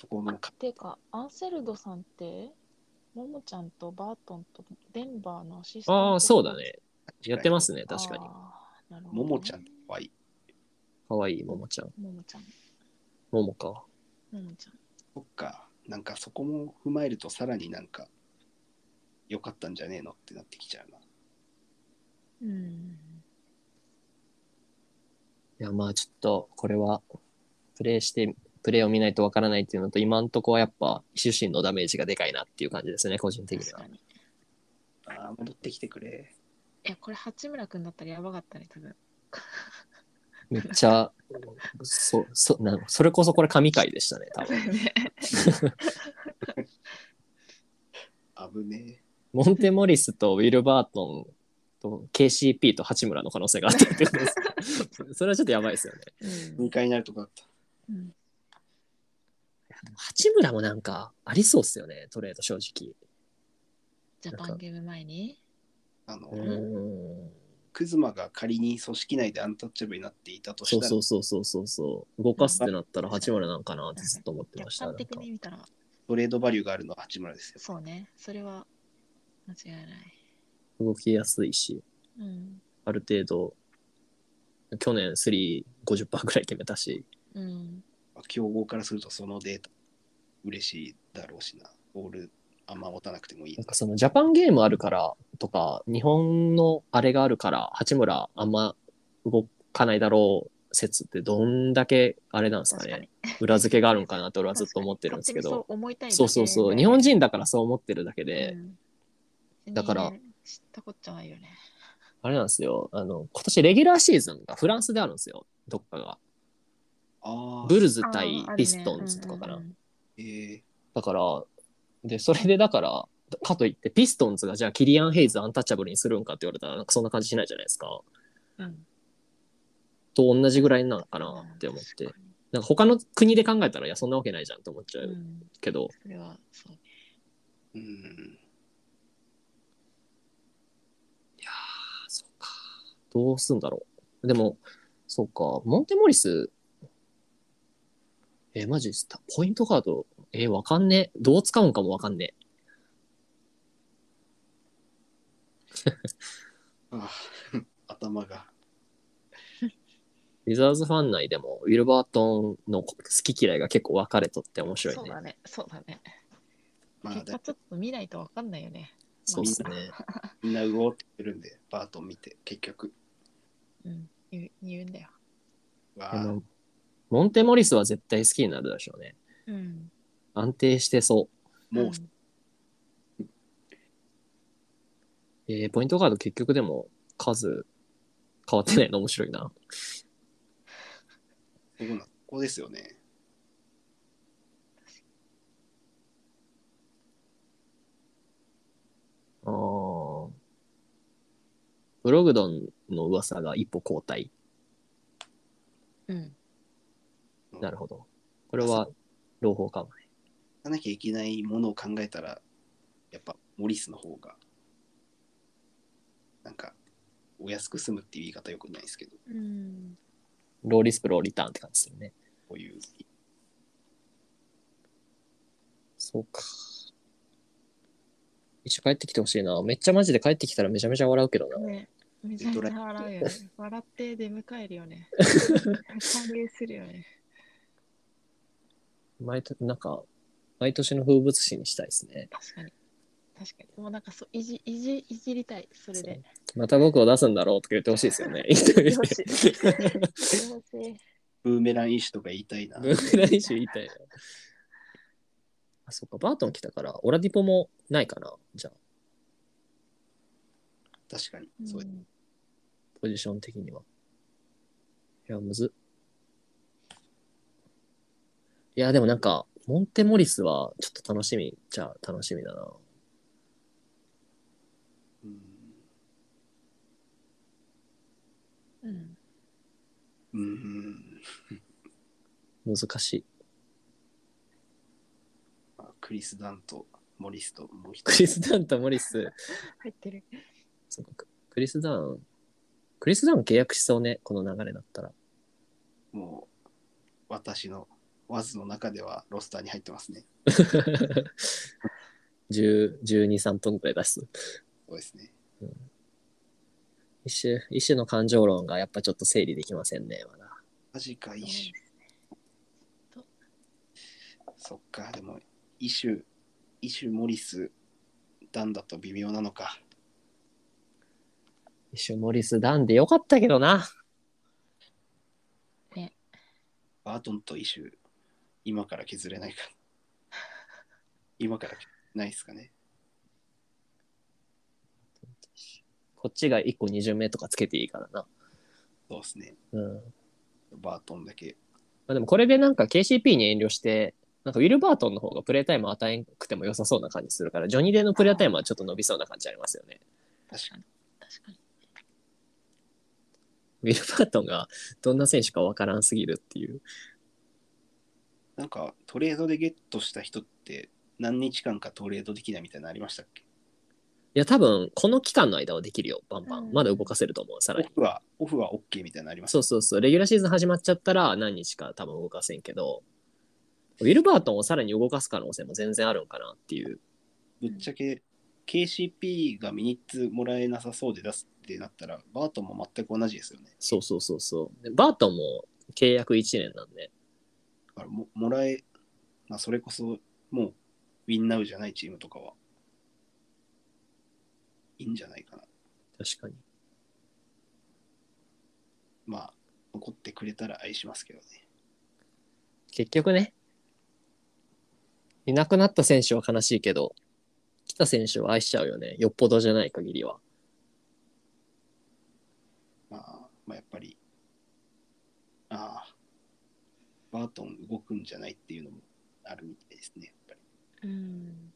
[SPEAKER 2] そこのか。
[SPEAKER 3] ていうかアンセルドさんってももちゃんとバートンとデンバーのアシスタント
[SPEAKER 1] ああ、そうだね。やってますすね、確かに。
[SPEAKER 3] あーなるほど
[SPEAKER 2] も
[SPEAKER 3] ね
[SPEAKER 2] もちゃんって可愛い。
[SPEAKER 1] かわいい、ももちゃん。
[SPEAKER 3] ももちゃん
[SPEAKER 1] ももか。
[SPEAKER 3] ももちゃん
[SPEAKER 2] そっか。なんかそこも踏まえるとさらになんか良かったんじゃねえのってなってきちゃうな。
[SPEAKER 3] うん
[SPEAKER 1] いや、まあちょっと、これは、プレイして、プレイを見ないとわからないっていうのと、今んとこはやっぱ、主身のダメージがでかいなっていう感じですね、個人的に
[SPEAKER 3] 確
[SPEAKER 1] は
[SPEAKER 3] か。に
[SPEAKER 2] ああ、戻ってきてくれ。
[SPEAKER 3] いやこれ八村君だったらやばかったね多分
[SPEAKER 1] めっちゃ、そ、そ、なそれこそこれ神回でしたね、多 分。
[SPEAKER 2] 危ねえ。
[SPEAKER 1] モンテ・モリスとウィル・バートンと KCP と八村の可能性があったってことです。それはちょっとやばいですよね。
[SPEAKER 2] 2回になるとこだった。
[SPEAKER 3] うん
[SPEAKER 1] 八村もなんか、ありそうっすよね、トレード正直。
[SPEAKER 3] ジャパンゲーム前に
[SPEAKER 2] あの、
[SPEAKER 1] うん。
[SPEAKER 2] クズマが仮に組織内でアンタッチャブルになっていたとし
[SPEAKER 1] そう
[SPEAKER 2] たら、
[SPEAKER 1] そうそうそうそうそう。動かすってなったら八村なんかなってずっと思ってま
[SPEAKER 3] 客
[SPEAKER 1] した。な
[SPEAKER 3] 観
[SPEAKER 1] んか
[SPEAKER 3] 的に見たら
[SPEAKER 2] トレードバリューがあるのは八村ですよ。
[SPEAKER 3] そうねそれは間違いない
[SPEAKER 1] 動きやすいし、
[SPEAKER 3] うん
[SPEAKER 1] ある程度、去年3、50%ぐらい決めたし、
[SPEAKER 3] うん
[SPEAKER 2] 競合からするとそのデータ嬉しいだろうしな。ボールあんま持たなくてもいい
[SPEAKER 1] なん。かそのジャパンゲームあるからとか、日本のあれがあるから、八村あんま動かないだろう説ってどんだけあれなんですか
[SPEAKER 3] 確かに
[SPEAKER 1] ね。裏付けがあるんかなって俺はずっ
[SPEAKER 3] 確
[SPEAKER 1] と
[SPEAKER 3] かに
[SPEAKER 1] 思ってるんですけ
[SPEAKER 3] 勝手に
[SPEAKER 1] ど。
[SPEAKER 3] そう思いたいだけ
[SPEAKER 1] そうそうそう。日本人だからそう思ってるだけで、
[SPEAKER 3] うん
[SPEAKER 1] だから
[SPEAKER 3] 全然知ったこっちゃないよね
[SPEAKER 1] あれなんですよ。あの、今年レギュラーシーズンがフランスであるんですよ。どっかが。
[SPEAKER 2] ああ、
[SPEAKER 1] ブルズ対
[SPEAKER 3] あーあるね
[SPEAKER 1] ピストンズとかかな。
[SPEAKER 3] うんうんうん
[SPEAKER 2] えー、
[SPEAKER 1] だから、で、それでだから、かといって、ピストンズがじゃあキリアン・ヘイズアンタッチャブルにするんかって言われたら、なんかそんな感じしないじゃないですか。
[SPEAKER 3] うん
[SPEAKER 1] と同じぐらいなのかなって思って
[SPEAKER 3] 確。か
[SPEAKER 1] なんか他の国で考えたら、いや、そんなわけないじゃんって思っちゃ
[SPEAKER 3] にう
[SPEAKER 1] うんけど、
[SPEAKER 3] それはそうね
[SPEAKER 2] うん。
[SPEAKER 1] いやー、そうか。どうすんだろう。でも、そうか、モンテモリス、えーマジスタ、ポイントカード、えーわかんねえ。どう使うんかもわかんねえ。
[SPEAKER 2] あ ー頭が。
[SPEAKER 1] ウィザーズファン内でも、ウィルバートンの好き嫌いが結構分かれとって面白い
[SPEAKER 3] そう
[SPEAKER 1] ね
[SPEAKER 3] だ。ねそうだね
[SPEAKER 2] まあ、
[SPEAKER 3] 結果
[SPEAKER 2] だ
[SPEAKER 3] ちょっと見ないとわかんないよね
[SPEAKER 1] そうですね。
[SPEAKER 2] みんなうおーって言ってるんで、バートン見て、結局。
[SPEAKER 3] うん言う言うんだよ
[SPEAKER 2] わ
[SPEAKER 1] あ
[SPEAKER 2] あ、
[SPEAKER 1] の、モンテモリスは絶対好きになるでしょうね。
[SPEAKER 3] うん
[SPEAKER 1] 安定してそ
[SPEAKER 2] もう、
[SPEAKER 3] ん
[SPEAKER 1] う。えーポイントカード結局でも数変わってないの面白いな。
[SPEAKER 2] そうなんここですよね。
[SPEAKER 1] あーブログドンの噂が一歩後退。
[SPEAKER 3] うん
[SPEAKER 1] なるほど。これは朗報かもね。
[SPEAKER 2] 行かなきゃいけないものを考えたら、やっぱモリスの方が、なんか、お安く済むっていう言い方よくないですけど、
[SPEAKER 3] うん
[SPEAKER 1] ローリスプローリターンって感じですよね。
[SPEAKER 2] こういう。
[SPEAKER 1] そうか。一緒帰ってきてほしいな。めっちゃマジで帰ってきたらめちゃめちゃ笑うけどな。
[SPEAKER 3] ねめちゃめちゃ笑うよね笑って出迎える よね歓迎するよね
[SPEAKER 1] 毎年、なんか、毎年の風物詩にしたいですね。
[SPEAKER 3] 確かに確かにもうなんかそういじいじいじりたいそれで
[SPEAKER 1] また僕を出すんだろうとか言って ほしいですよね。言って
[SPEAKER 3] よ
[SPEAKER 1] ほ
[SPEAKER 3] し
[SPEAKER 1] しい。
[SPEAKER 3] よし
[SPEAKER 2] ブーメラン医師とか言いたいな。
[SPEAKER 1] ブーメラン一種言いたいな。あ、そっか、バートン来たから、オラディポもないかな。じゃあ、
[SPEAKER 2] 確かに。
[SPEAKER 3] うん
[SPEAKER 2] そう
[SPEAKER 1] ポジション的には。いや、むずっ。いや、でもなんか、モンテモリスはちょっと楽しみっちゃ楽しみだな。
[SPEAKER 2] うん
[SPEAKER 3] うん
[SPEAKER 2] うん。
[SPEAKER 1] 難しい。
[SPEAKER 2] まあクリス・ダンとモリスともう一
[SPEAKER 1] クリス・ダンとモリス、
[SPEAKER 3] 入ってる。
[SPEAKER 1] そうかククリス・ダン、クリス・ダン契約しそうね、この流れだったら。
[SPEAKER 2] もう私のワズの中ではロスターに入ってますね。
[SPEAKER 1] 10 12、3トンくらい出す。
[SPEAKER 2] そうですね。
[SPEAKER 1] 一種、一種の感情論がやっぱちょっと整理できませんね、まだ。
[SPEAKER 2] マジか、一周。そっか、でも、イシュ、イシュ・モリス、ダンだと微妙なのか。
[SPEAKER 1] 一種モリス・ダンでよかったけどな。
[SPEAKER 2] バートンとイシュ、今から削れないか。今から削れないですかね。
[SPEAKER 1] こっちが1個2巡目とかつけていいからな。
[SPEAKER 2] そうですね。
[SPEAKER 1] うん。
[SPEAKER 2] バートンだけ。
[SPEAKER 1] まあ、でもこれでなんか KCP に遠慮して、なんかウィルバートンの方がプレータイム与えんくても良さそうな感じするから、ジョニーデーのプレータイムはちょっと伸びそうな感じありますよね。
[SPEAKER 2] 確かに。
[SPEAKER 3] 確かに。
[SPEAKER 1] ウィルバートンがどんな選手かわからんすぎるっていう。
[SPEAKER 2] なんか、トレードでゲットした人って、何日間かトレードできないみたいなのありましたっけ
[SPEAKER 1] いや、多分、この期間の間はできるよ、バンバ
[SPEAKER 3] う
[SPEAKER 1] ン。
[SPEAKER 3] ん
[SPEAKER 1] まだ動かせると思う、さら
[SPEAKER 2] オ
[SPEAKER 1] に。
[SPEAKER 2] フは、オフは OK みたいなのありました
[SPEAKER 1] そうそうそう、レギュラーシーズン始まっちゃったら何日か多分動かせんけど、ウィルバートンをさらに動かす可能性も全然あるんかなっていう。
[SPEAKER 2] ぶっちゃけ KCP がミニッツもらえなさそうで出すってなったらバートンも全く同じですよね。
[SPEAKER 1] そうそうそうそう。でバートンも契約1年なんで、
[SPEAKER 2] だからももらえ、まあ、それこそもうウィンナウじゃないチームとかはいいんじゃないかな。
[SPEAKER 1] 確かに。
[SPEAKER 2] まあ残ってくれたら愛しますけどね。
[SPEAKER 1] 結局ね、いなくなった選手は悲しいけど、来た選手は愛しちゃうよね。よっぽどじゃない限りは。
[SPEAKER 2] まあ、まあ、やっぱりああバートン動くんじゃないっていうのもあるみたいですね。やっぱり
[SPEAKER 3] うん。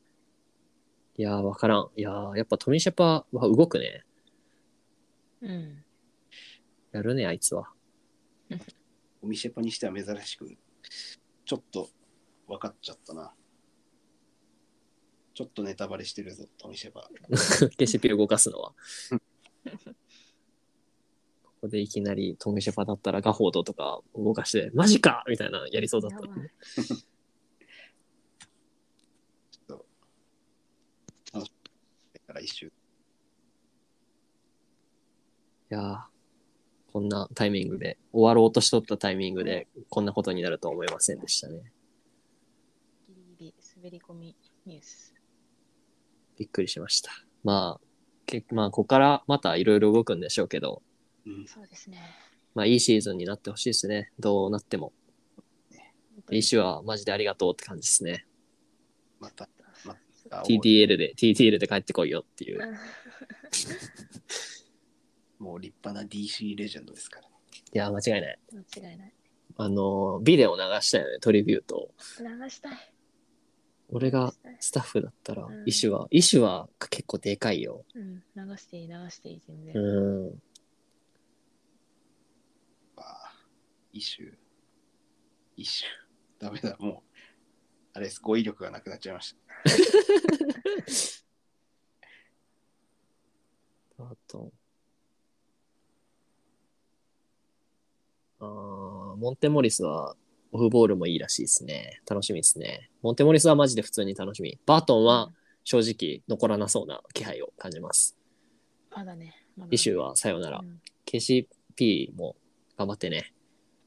[SPEAKER 1] いやー、わからん。いやー、やっぱトミーシェパは動くね。
[SPEAKER 3] うん。
[SPEAKER 1] やるね、あいつは。
[SPEAKER 2] お店パにしては珍しくちょっと分かっちゃったな。ちょっとネタバレしてるぞ、トミシェパ。
[SPEAKER 1] KCP を動かすのは。ここでいきなりトムシェパだったらガホードとか動かして、マジかみたいなのやりそうだった
[SPEAKER 3] や。ばい
[SPEAKER 2] だから一周。
[SPEAKER 1] いやーこんなタイミングで、終わろうとしとったタイミングで、こんなことになるとは思いませんでしたね。
[SPEAKER 3] ギリギリ滑り込みニュース。
[SPEAKER 1] びっくりしました。まあ、けまあ、ここからまたいろいろ動くんでしょうけど、
[SPEAKER 2] うん、
[SPEAKER 3] そうですね。
[SPEAKER 1] まあ、いいシーズンになってほしいですね。どうなっても。イシュはマジでありがとうって感じですね。
[SPEAKER 2] また、
[SPEAKER 3] ま
[SPEAKER 2] あ
[SPEAKER 1] TTL で、TTL で帰ってこいよっていう。
[SPEAKER 2] もう立派な DC レジェンドですからね。
[SPEAKER 1] いやー、間違いない。
[SPEAKER 3] 間違いない。
[SPEAKER 1] あのービデオ流したよね、トリビュートを。
[SPEAKER 3] 流したい。
[SPEAKER 1] 俺が
[SPEAKER 3] 流したい
[SPEAKER 1] スタッフだったら
[SPEAKER 3] うん、
[SPEAKER 1] 意思は、意思は結構でかいよ。
[SPEAKER 3] うん。流していい、流していい、全然。
[SPEAKER 1] うん。
[SPEAKER 2] まあ、一周。一周。ダメだ、もう。あれです、語彙力がなくなっちゃいまし
[SPEAKER 1] あと、あーモンテモリスはオフボールもいいらしいですね。楽しみですね。モンテモリスはマジで普通に楽しみ。バートンは正直残らなそうな気配を感じます。
[SPEAKER 3] まだね。まだ
[SPEAKER 1] イシューはさよなら
[SPEAKER 3] う。ん
[SPEAKER 1] KCP も頑張ってね。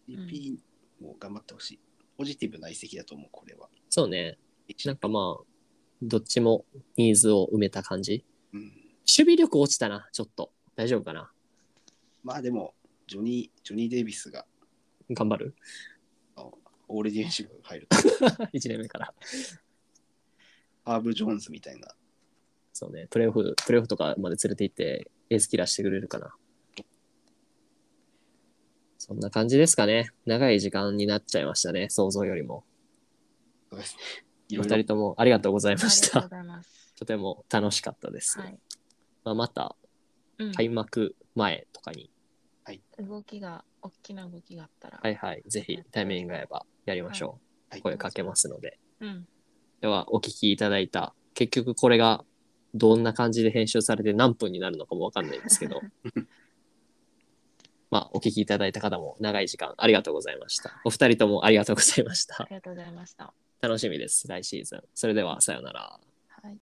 [SPEAKER 2] た。DP も頑張ってほしい。ポジティブな移籍だと思う、これは。
[SPEAKER 1] そうね。なんかまあ、どっちもニーズを埋めた感じ。
[SPEAKER 2] うん、
[SPEAKER 1] 守備力落ちたな、ちょっと。大丈夫かな
[SPEAKER 2] まあでも、ジョニー、ジョニー・デイビスが
[SPEAKER 1] 頑張る
[SPEAKER 2] あのオールディエンシブ入ると。
[SPEAKER 1] ?1 年目から。
[SPEAKER 2] アーブ・ジョーンズみたいな。
[SPEAKER 1] そうね、プレーオフ、プレーオフとかまで連れて行って、エースキラーしてくれるかな。そんな感じですかね。長い時間になっちゃいましたね、想像よりも。
[SPEAKER 2] そうですね。い
[SPEAKER 1] お
[SPEAKER 2] ろ
[SPEAKER 1] 二
[SPEAKER 2] いろ
[SPEAKER 1] 人ともありがとうござい
[SPEAKER 3] あり
[SPEAKER 1] まし
[SPEAKER 3] がとうご
[SPEAKER 1] た。
[SPEAKER 3] ざいます。
[SPEAKER 1] とても楽しかったです。
[SPEAKER 3] はい。
[SPEAKER 1] まあ、また
[SPEAKER 3] うん、
[SPEAKER 1] 開幕前とかに、
[SPEAKER 3] 動きが、大きな動きがあったら。
[SPEAKER 1] はいはい、ぜひタイミングが合えばやりましょう。
[SPEAKER 2] はい
[SPEAKER 1] 声かけますので。
[SPEAKER 3] うん。
[SPEAKER 1] では、お聞きいただいた、結局これがどんな感じで編集されて何分になるのかもわかんないんですけど、まあ、お聞きいただいた方も長い時間ありがとうございました。お二人ともありがとうございまし
[SPEAKER 3] あ
[SPEAKER 1] た。
[SPEAKER 3] りがとうございました。
[SPEAKER 1] 楽しみです、来シーズン。それでは、さようなら。